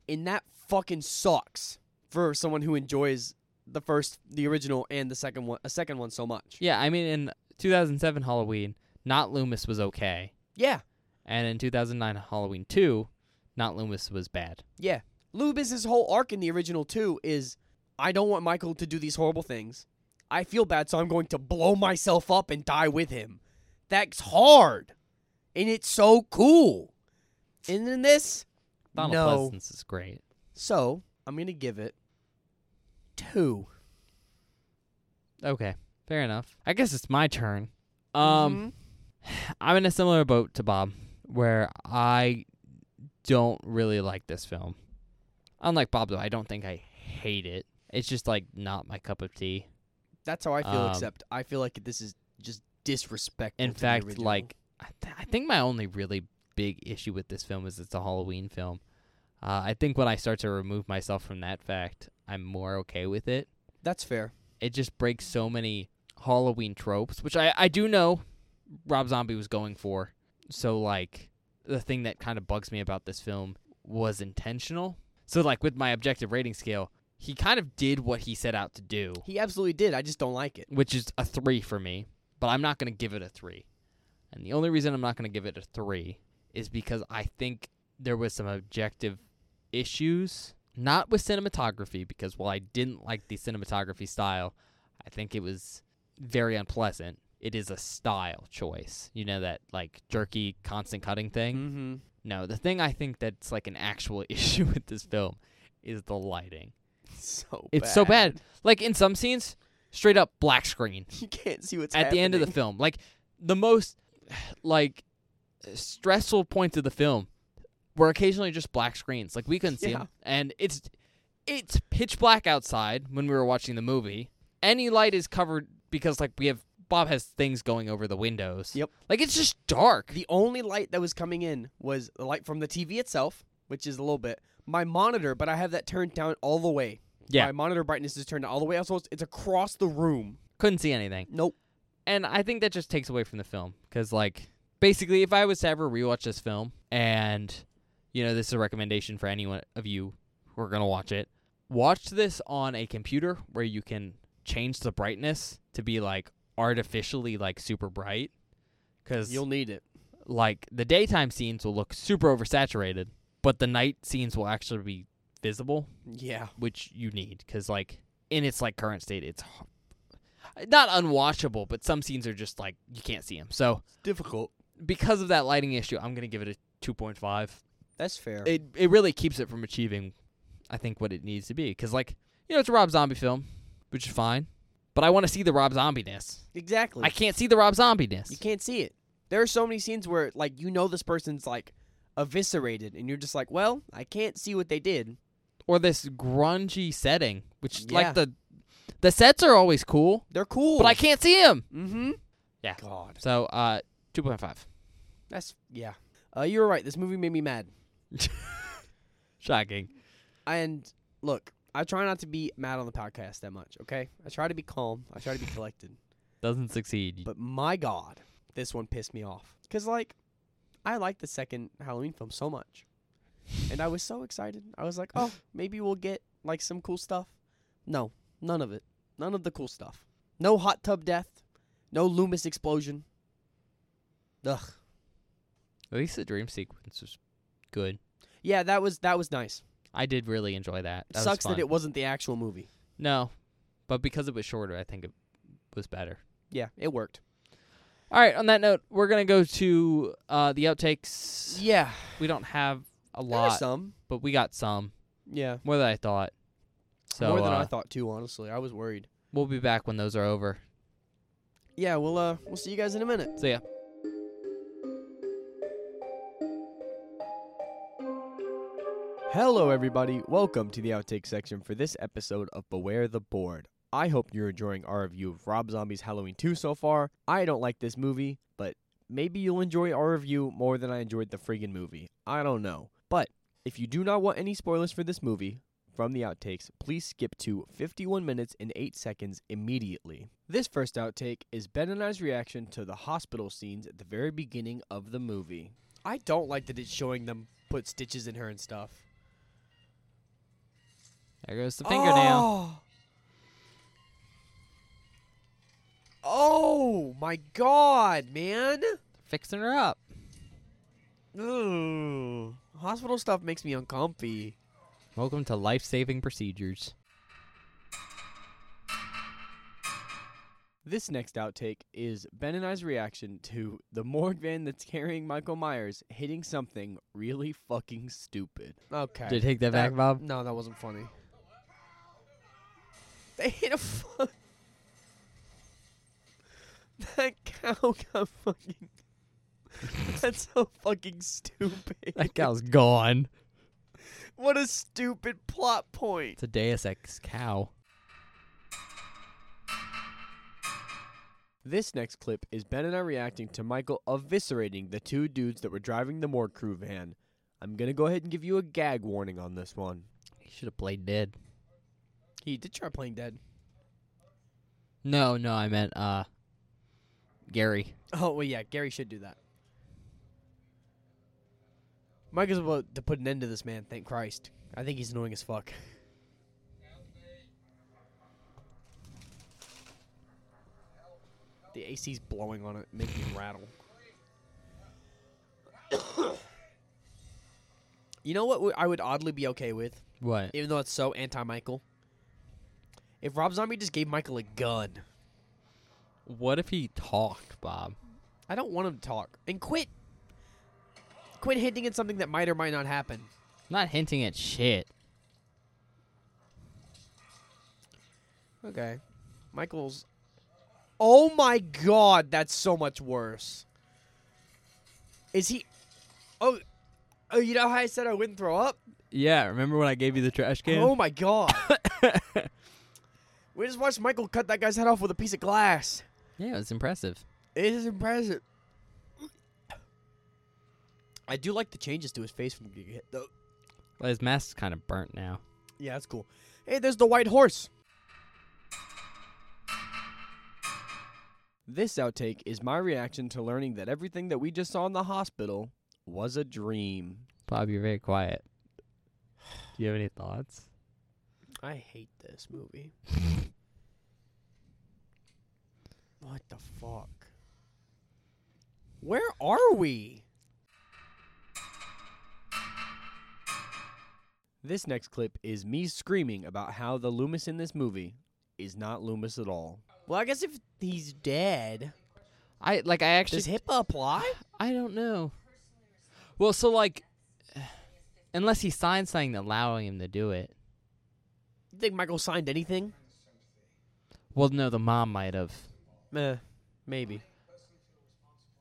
Speaker 1: And that fucking sucks for someone who enjoys the first the original and the second one a second one so much.
Speaker 2: Yeah, I mean in 2007 Halloween, Not Loomis was okay,
Speaker 1: Yeah.
Speaker 2: and in 2009 Halloween 2, Not Loomis was bad.
Speaker 1: Yeah. Loomis's whole arc in the original too is I don't want Michael to do these horrible things. I feel bad, so I'm going to blow myself up and die with him. That's hard. And it's so cool. And in this,
Speaker 2: Donald
Speaker 1: no.
Speaker 2: Pleasance is great.
Speaker 1: So I'm gonna give it two.
Speaker 2: Okay, fair enough. I guess it's my turn. Um
Speaker 1: Mm-hmm.
Speaker 2: I'm in a similar boat to Bob, where I don't really like this film. Unlike Bob, though, I don't think I hate it. It's just like not my cup of tea.
Speaker 1: that's how I feel.
Speaker 2: um,
Speaker 1: except I feel like this is just disrespectful.
Speaker 2: In
Speaker 1: to the
Speaker 2: fact,
Speaker 1: original.
Speaker 2: like I, th- I think my only really big issue with this film is it's a Halloween film. Uh, I think when I start to remove myself from that fact, I'm more okay with it.
Speaker 1: that's fair.
Speaker 2: It just breaks so many Halloween tropes, which I, I do know Rob Zombie was going for. So, like, the thing that kind of bugs me about this film was intentional. So, like, with my objective rating scale, he kind of did what he set out to do,
Speaker 1: He absolutely did. I just don't like it.
Speaker 2: which is a three for me, but I'm not going to give it a three. And the only reason I'm not going to give it a three is because I think there was some objective issues, not with cinematography, because while I didn't like the cinematography style, I think it was very unpleasant. It is a style choice. You know, that like jerky, constant cutting thing?
Speaker 1: Mm-hmm.
Speaker 2: No, the thing I think that's like an actual issue with this film is the lighting.
Speaker 1: So
Speaker 2: It's so bad. Like in some scenes, straight up black screen
Speaker 1: You can't see what's
Speaker 2: at the end of the
Speaker 1: happening.
Speaker 2: film. Like the most like stressful points of the film were occasionally just black screens. Like we couldn't see
Speaker 1: Yeah.
Speaker 2: them, and it's it's pitch black outside when we were watching the movie. Any light is covered because like we have Bob has things going over the windows.
Speaker 1: Yep.
Speaker 2: Like it's just dark.
Speaker 1: The only light that was coming in was the light from the TV itself, which is a little bit. My monitor, but I have that turned down all the way.
Speaker 2: Yeah.
Speaker 1: My monitor brightness is turned down all the way. Also, it's- it's across the room.
Speaker 2: couldn't see anything.
Speaker 1: Nope.
Speaker 2: and I think that just takes away from the film because, like, basically, if I was to ever rewatch this film, and you know, this is a recommendation for anyone of you who are gonna watch it, watch this on a computer where you can change the brightness to be like artificially like super bright, because
Speaker 1: You'll need it.
Speaker 2: like the daytime scenes will look super oversaturated, but the night scenes will actually be visible
Speaker 1: Yeah.
Speaker 2: which you need because like in its like current state it's h- not unwatchable but some scenes are just like you can't see them so
Speaker 1: It's difficult.
Speaker 2: because of that lighting issue i'm gonna give it a 2.5
Speaker 1: That's fair.
Speaker 2: it, it really keeps it from achieving i think what it needs to be because like you know it's a rob zombie film which is fine but i want to see the rob zombiness
Speaker 1: exactly.
Speaker 2: i can't see the rob zombiness
Speaker 1: you can't see it. There are so many scenes where, like, you know this person's, like, eviscerated, and you're just like, well, I can't see what they did.
Speaker 2: or this grungy setting which
Speaker 1: Yeah.
Speaker 2: like the the sets are always cool
Speaker 1: They're cool.
Speaker 2: but i can't see them
Speaker 1: Mm-hmm.
Speaker 2: Yeah.
Speaker 1: God.
Speaker 2: so uh 2.5
Speaker 1: That's, yeah. Uh, you were right. This movie made me mad.
Speaker 2: shocking
Speaker 1: And look, I try not to be mad on the podcast that much, okay? I try to be calm, I try to be collected.
Speaker 2: doesn't succeed
Speaker 1: But my god, this one pissed me off. Cuz like I like the second Halloween film so much. And I was so excited. I was like, "Oh, maybe we'll get like some cool stuff." No, none of it. None of the cool stuff. No hot tub death, no Loomis explosion. Ugh.
Speaker 2: At least the dream sequence was good.
Speaker 1: Yeah, that was that was nice.
Speaker 2: I did really enjoy that.
Speaker 1: It Sucks that it wasn't the actual movie.
Speaker 2: no, but because it was shorter, I think it was better.
Speaker 1: Yeah, it worked.
Speaker 2: All right. On that note, we're gonna go to uh, the outtakes.
Speaker 1: Yeah,
Speaker 2: We don't have
Speaker 1: there
Speaker 2: a
Speaker 1: were
Speaker 2: lot,
Speaker 1: some.
Speaker 2: but we got some
Speaker 1: Yeah.
Speaker 2: more than I thought. So
Speaker 1: More than
Speaker 2: uh,
Speaker 1: I thought too, honestly. I was worried.
Speaker 2: we'll be back when those are over.
Speaker 1: Yeah, we'll uh we'll see you guys in a minute.
Speaker 2: See ya.
Speaker 1: Hello, everybody. Welcome to the outtake section for this episode of Beware the Board. I hope you're enjoying our review of Rob Zombie's Halloween 2 so far. I don't like this movie, but maybe you'll enjoy our review more than I enjoyed the friggin' movie. I don't know. But if you do not want any spoilers for this movie from the outtakes, please skip to 51 minutes and 8 seconds immediately. This first outtake is Ben and I's reaction to the hospital scenes at the very beginning of the movie. I don't like that it's showing them put stitches in her and stuff.
Speaker 2: There goes the fingernail.
Speaker 1: Oh, Oh, my god, man.
Speaker 2: Fixing her up.
Speaker 1: Ooh. Hospital stuff makes me uncomfy.
Speaker 2: Welcome to life saving procedures.
Speaker 1: This next outtake is Ben and I's reaction to the morgue van that's carrying Michael Myers hitting something really fucking stupid. Okay.
Speaker 2: Did you take that, back,
Speaker 1: That-
Speaker 2: Bob?
Speaker 1: No, that wasn't funny. They hit a fuck. That cow got fucking. That's so fucking stupid.
Speaker 2: That cow's gone.
Speaker 1: What a stupid plot point.
Speaker 2: It's a Deus Ex cow.
Speaker 1: This next clip is Ben and I reacting to Michael eviscerating the two dudes that were driving the morgue crew van. I'm gonna go ahead and give you a gag warning on this one.
Speaker 2: He should have played dead.
Speaker 1: He did try playing dead.
Speaker 2: No, no, I meant uh Gary.
Speaker 1: Oh well, yeah, Gary should do that. Michael's about to put an end to this man. Thank Christ. I think he's annoying as fuck. The AC's blowing on it, making it rattle. you know what? w- I would oddly be okay with,
Speaker 2: What?
Speaker 1: even though it's so anti-Michael. If Rob Zombie just gave Michael a gun.
Speaker 2: What if he talked, Bob?
Speaker 1: I don't want him to talk. And quit. Quit hinting at something that might or might not happen.
Speaker 2: not hinting at shit.
Speaker 1: Okay. Michael's. Oh my god, that's so much worse. Is he. Oh. Oh, you know how I said I wouldn't throw up?
Speaker 2: Yeah, remember when I gave you the trash can?
Speaker 1: Oh my god. we just watched Michael cut that guy's head off with a piece of glass.
Speaker 2: yeah, it's impressive.
Speaker 1: It is impressive. I do like the changes to his face from getting hit, though.
Speaker 2: Well, his mask's kind of burnt now.
Speaker 1: Yeah, that's cool. Hey, there's the white horse. This outtake is my reaction to learning that everything that we just saw in the hospital was a dream.
Speaker 2: Bob, you're very quiet. Do you have any thoughts?
Speaker 1: I hate this movie. what the fuck? Where are we? This next clip is me screaming about how the Loomis in this movie is not Loomis at all. Well, I guess if he's dead,
Speaker 2: I like I actually
Speaker 1: HIPAA apply?
Speaker 2: I don't know. Well, so like unless he signed something allowing him to do it.
Speaker 1: You think Michael signed anything?
Speaker 2: Well, no, the mom might have.
Speaker 1: Meh, maybe.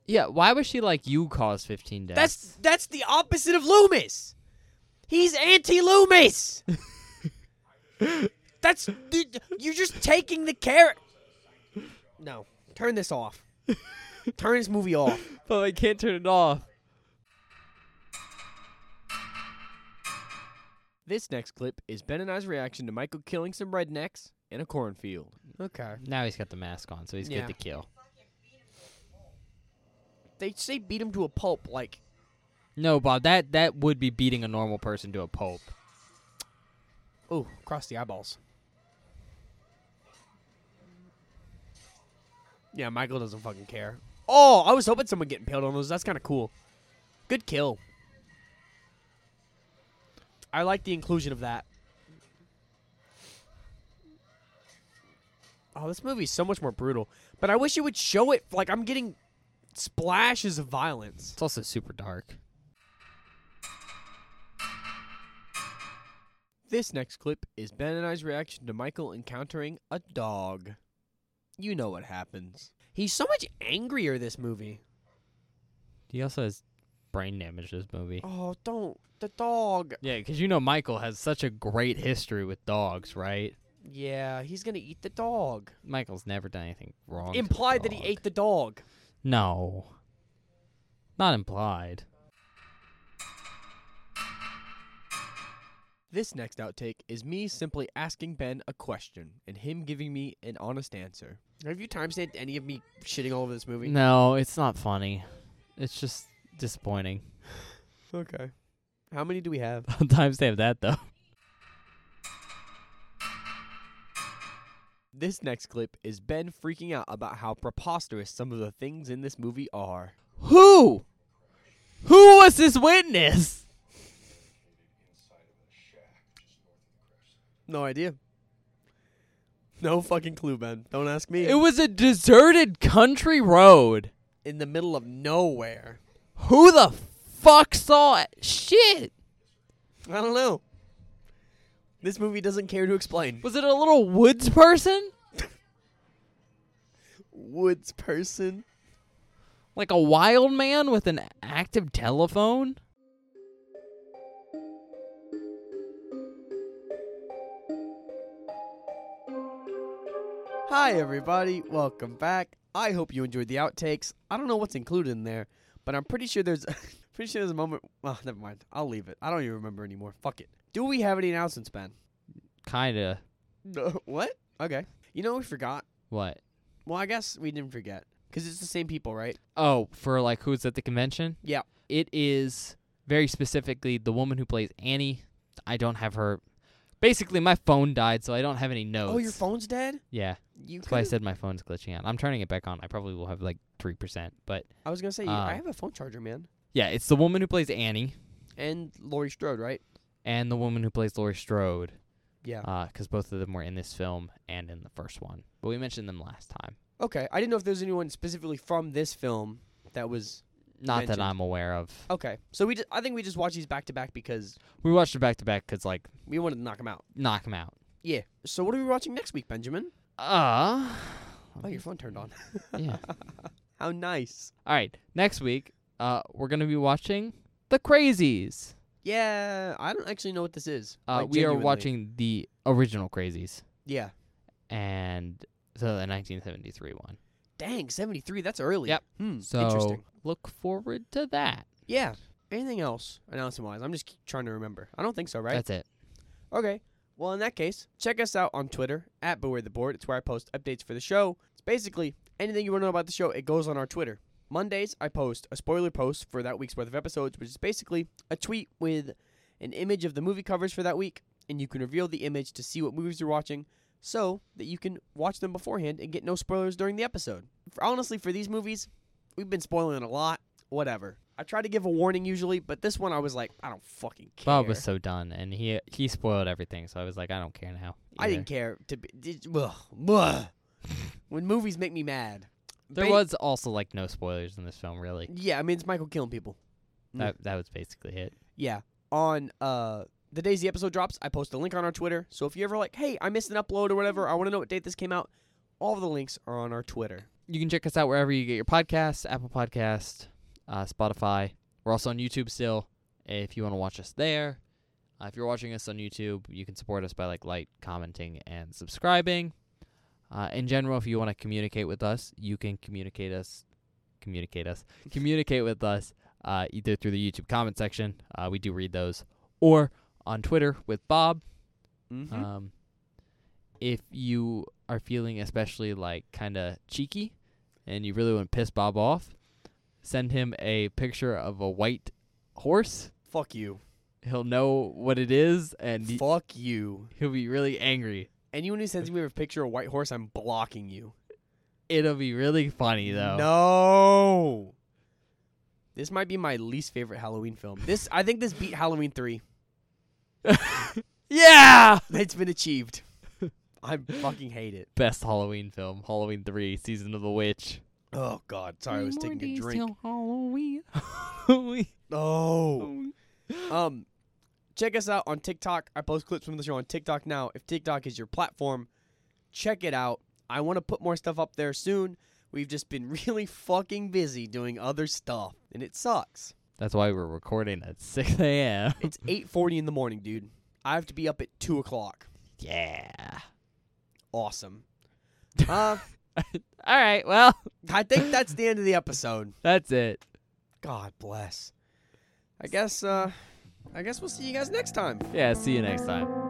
Speaker 2: Yeah, why was she like you caused 15 deaths?
Speaker 1: That's that's the opposite of Loomis. He's anti-Loomis. that's dude, you're just taking the carrot. No, turn this off. turn this movie off.
Speaker 2: but I can't turn it off.
Speaker 1: This next clip is Ben and I's reaction to Michael killing some rednecks in a cornfield. Okay.
Speaker 2: Now he's got the mask on, so he's
Speaker 1: Yeah.
Speaker 2: good to kill.
Speaker 1: They say beat him to a pulp. Like
Speaker 2: No, Bob, that that would be beating a normal person to a pulp.
Speaker 1: Oh, across the eyeballs. Yeah, Michael doesn't fucking care. Oh, I was hoping someone getting peeled on those. That's kind of cool. Good kill. I like the inclusion of that. Oh, this movie's so much more brutal. But I wish it would show it. Like, I'm getting splashes of violence.
Speaker 2: It's also super dark.
Speaker 1: This next clip is Ben and I's reaction to Michael encountering a dog. You know what happens. He's so much angrier this movie.
Speaker 2: He also has brain damage this movie.
Speaker 1: Oh, don't the dog.
Speaker 2: Yeah, because you know Michael has such a great history with dogs, right?
Speaker 1: Yeah, he's gonna eat the dog.
Speaker 2: Michael's never done anything wrong. to a
Speaker 1: Implied that he
Speaker 2: dog.
Speaker 1: ate the dog.
Speaker 2: No. Not implied.
Speaker 1: This next outtake is me simply asking Ben a question and him giving me an honest answer. Have you timestamped any of me shitting all over this movie?
Speaker 2: No, it's not funny. It's just disappointing.
Speaker 1: Okay. How many do we have?
Speaker 2: I'll timestamp that though.
Speaker 1: This next clip is Ben freaking out about how preposterous some of the things in this movie are.
Speaker 2: Who? Who was this witness?
Speaker 1: No idea. No fucking clue, Ben. Don't ask me.
Speaker 2: It was a deserted country road.
Speaker 1: in the middle of nowhere.
Speaker 2: Who the fuck saw it? Shit.
Speaker 1: I don't know. This movie doesn't care to explain.
Speaker 2: Was it a little woods person?
Speaker 1: Woods person.
Speaker 2: Like a wild man with an active telephone?
Speaker 1: Hi, everybody. Welcome back. I hope you enjoyed the outtakes. I don't know what's included in there, but I'm pretty sure there's pretty sure there's a moment. Well, never mind. I'll leave it. I don't even remember anymore. Fuck it. Do we have any announcements, Ben?
Speaker 2: Kinda.
Speaker 1: No. What? Okay. You know we forgot.
Speaker 2: What?
Speaker 1: Well, I guess we didn't forget because it's the same people, right?
Speaker 2: Oh, for like who's at the convention?
Speaker 1: Yeah.
Speaker 2: It is very specifically the woman who plays Annie. I don't have her. Basically, my phone died, so I don't have any notes.
Speaker 1: Oh, your phone's dead.
Speaker 2: Yeah,
Speaker 1: You.
Speaker 2: that's why I
Speaker 1: could've-
Speaker 2: said my phone's glitching out. I'm turning it back on. I probably will have like three percent, but
Speaker 1: I was gonna say you
Speaker 2: Uh,
Speaker 1: I have a phone charger, man.
Speaker 2: yeah, it's the woman who plays Annie
Speaker 1: And Laurie Strode, right?
Speaker 2: and the woman who plays Laurie Strode,
Speaker 1: Yeah.
Speaker 2: because Uh, both of them were in this film and in the first one. But we mentioned them last time.
Speaker 1: okay. I didn't know if there was anyone specifically from this film that was.
Speaker 2: Not
Speaker 1: Mentioned.
Speaker 2: that I'm aware of.
Speaker 1: Okay. So we. Just, I think we just watched these back to back because
Speaker 2: We watched it back to back because like
Speaker 1: we wanted to knock them out.
Speaker 2: knock 'em out.
Speaker 1: Yeah. So what are we watching next week, Benjamin?
Speaker 2: Uh
Speaker 1: Oh, your phone turned on.
Speaker 2: yeah.
Speaker 1: How nice.
Speaker 2: All right, next week, uh, we're gonna be watching The Crazies.
Speaker 1: Yeah, I don't actually know what this is.
Speaker 2: Uh,
Speaker 1: like,
Speaker 2: we are
Speaker 1: genuinely.
Speaker 2: watching the original Crazies
Speaker 1: Yeah.
Speaker 2: and so the 1973 one.
Speaker 1: Dang, 73, that's early.
Speaker 2: Yep.
Speaker 1: Hmm,
Speaker 2: So
Speaker 1: interesting.
Speaker 2: look forward to that.
Speaker 1: Yeah. Anything else announcement wise? I'm just keep trying to remember. I don't think so, right?
Speaker 2: That's it.
Speaker 1: Okay. Well, in that case, check us out on Twitter at Beware the Board. It's where I post updates for the show. It's basically anything you want to know about the show, it goes on our Twitter. Mondays, I post a spoiler post for that week's worth of episodes, which is basically a tweet with an image of the movie covers for that week, and you can reveal the image to see what movies you're watching so that you can watch them beforehand and get no spoilers during the episode. For, honestly, for these movies, we've been spoiling a lot. Whatever. I try to give a warning usually, but this one I was like, I don't fucking care.
Speaker 2: Bob was so done, and he he spoiled everything. So I was like, I don't care now.
Speaker 1: I
Speaker 2: either.
Speaker 1: didn't care to be. Did, ugh, ugh. when movies make me mad.
Speaker 2: There
Speaker 1: Ba-
Speaker 2: was also like no spoilers in this film, really.
Speaker 1: Yeah, I mean it's Michael killing people. Mm.
Speaker 2: That that was basically it.
Speaker 1: Yeah. On uh the days the episode drops, I post a link on our Twitter. So if you ever like, hey, I missed an upload or whatever, I want to know what date this came out. All the links are on our Twitter.
Speaker 2: you can check us out wherever you get your podcasts apple podcast uh, spotify we're also on youtube still if you want to watch us there uh, if you're watching us on youtube you can support us by like like commenting and subscribing uh, in general if you want to communicate with us you can communicate us communicate us communicate with us uh, either through the youtube comment section uh, we do read those or on twitter with bob
Speaker 1: Mm-hmm.
Speaker 2: um, if you are feeling especially like kind of cheeky and you really want to piss Bob off, send him a picture of a white horse.
Speaker 1: Fuck you.
Speaker 2: He'll know what it is and he-
Speaker 1: Fuck you.
Speaker 2: he'll be really angry.
Speaker 1: Anyone who sends me a picture of a white horse, I'm blocking you.
Speaker 2: It'll be really funny though.
Speaker 1: No. This might be my least favorite Halloween film. This I think this beat Halloween three.
Speaker 2: Yeah!
Speaker 1: It's been achieved. I fucking hate it.
Speaker 2: Best Halloween film, Halloween 3, Season of the Witch.
Speaker 1: Oh God, sorry, I was taking a drink.
Speaker 2: Halloween.
Speaker 1: Oh, um, check us out on TikTok. I post clips from the show on TikTok now. If TikTok is your platform, check it out. I want to put more stuff up there soon. We've just been really fucking busy doing other stuff, and it sucks.
Speaker 2: That's why we're recording at 6 a.m.
Speaker 1: It's eight forty in the morning, dude. I have to be up at two o'clock.
Speaker 2: yeah.
Speaker 1: Awesome. Uh,
Speaker 2: All right. Well,
Speaker 1: I think that's the end of the episode.
Speaker 2: that's it.
Speaker 1: God bless. I guess. Uh, I guess we'll see you guys next time.
Speaker 2: Yeah. See you next time.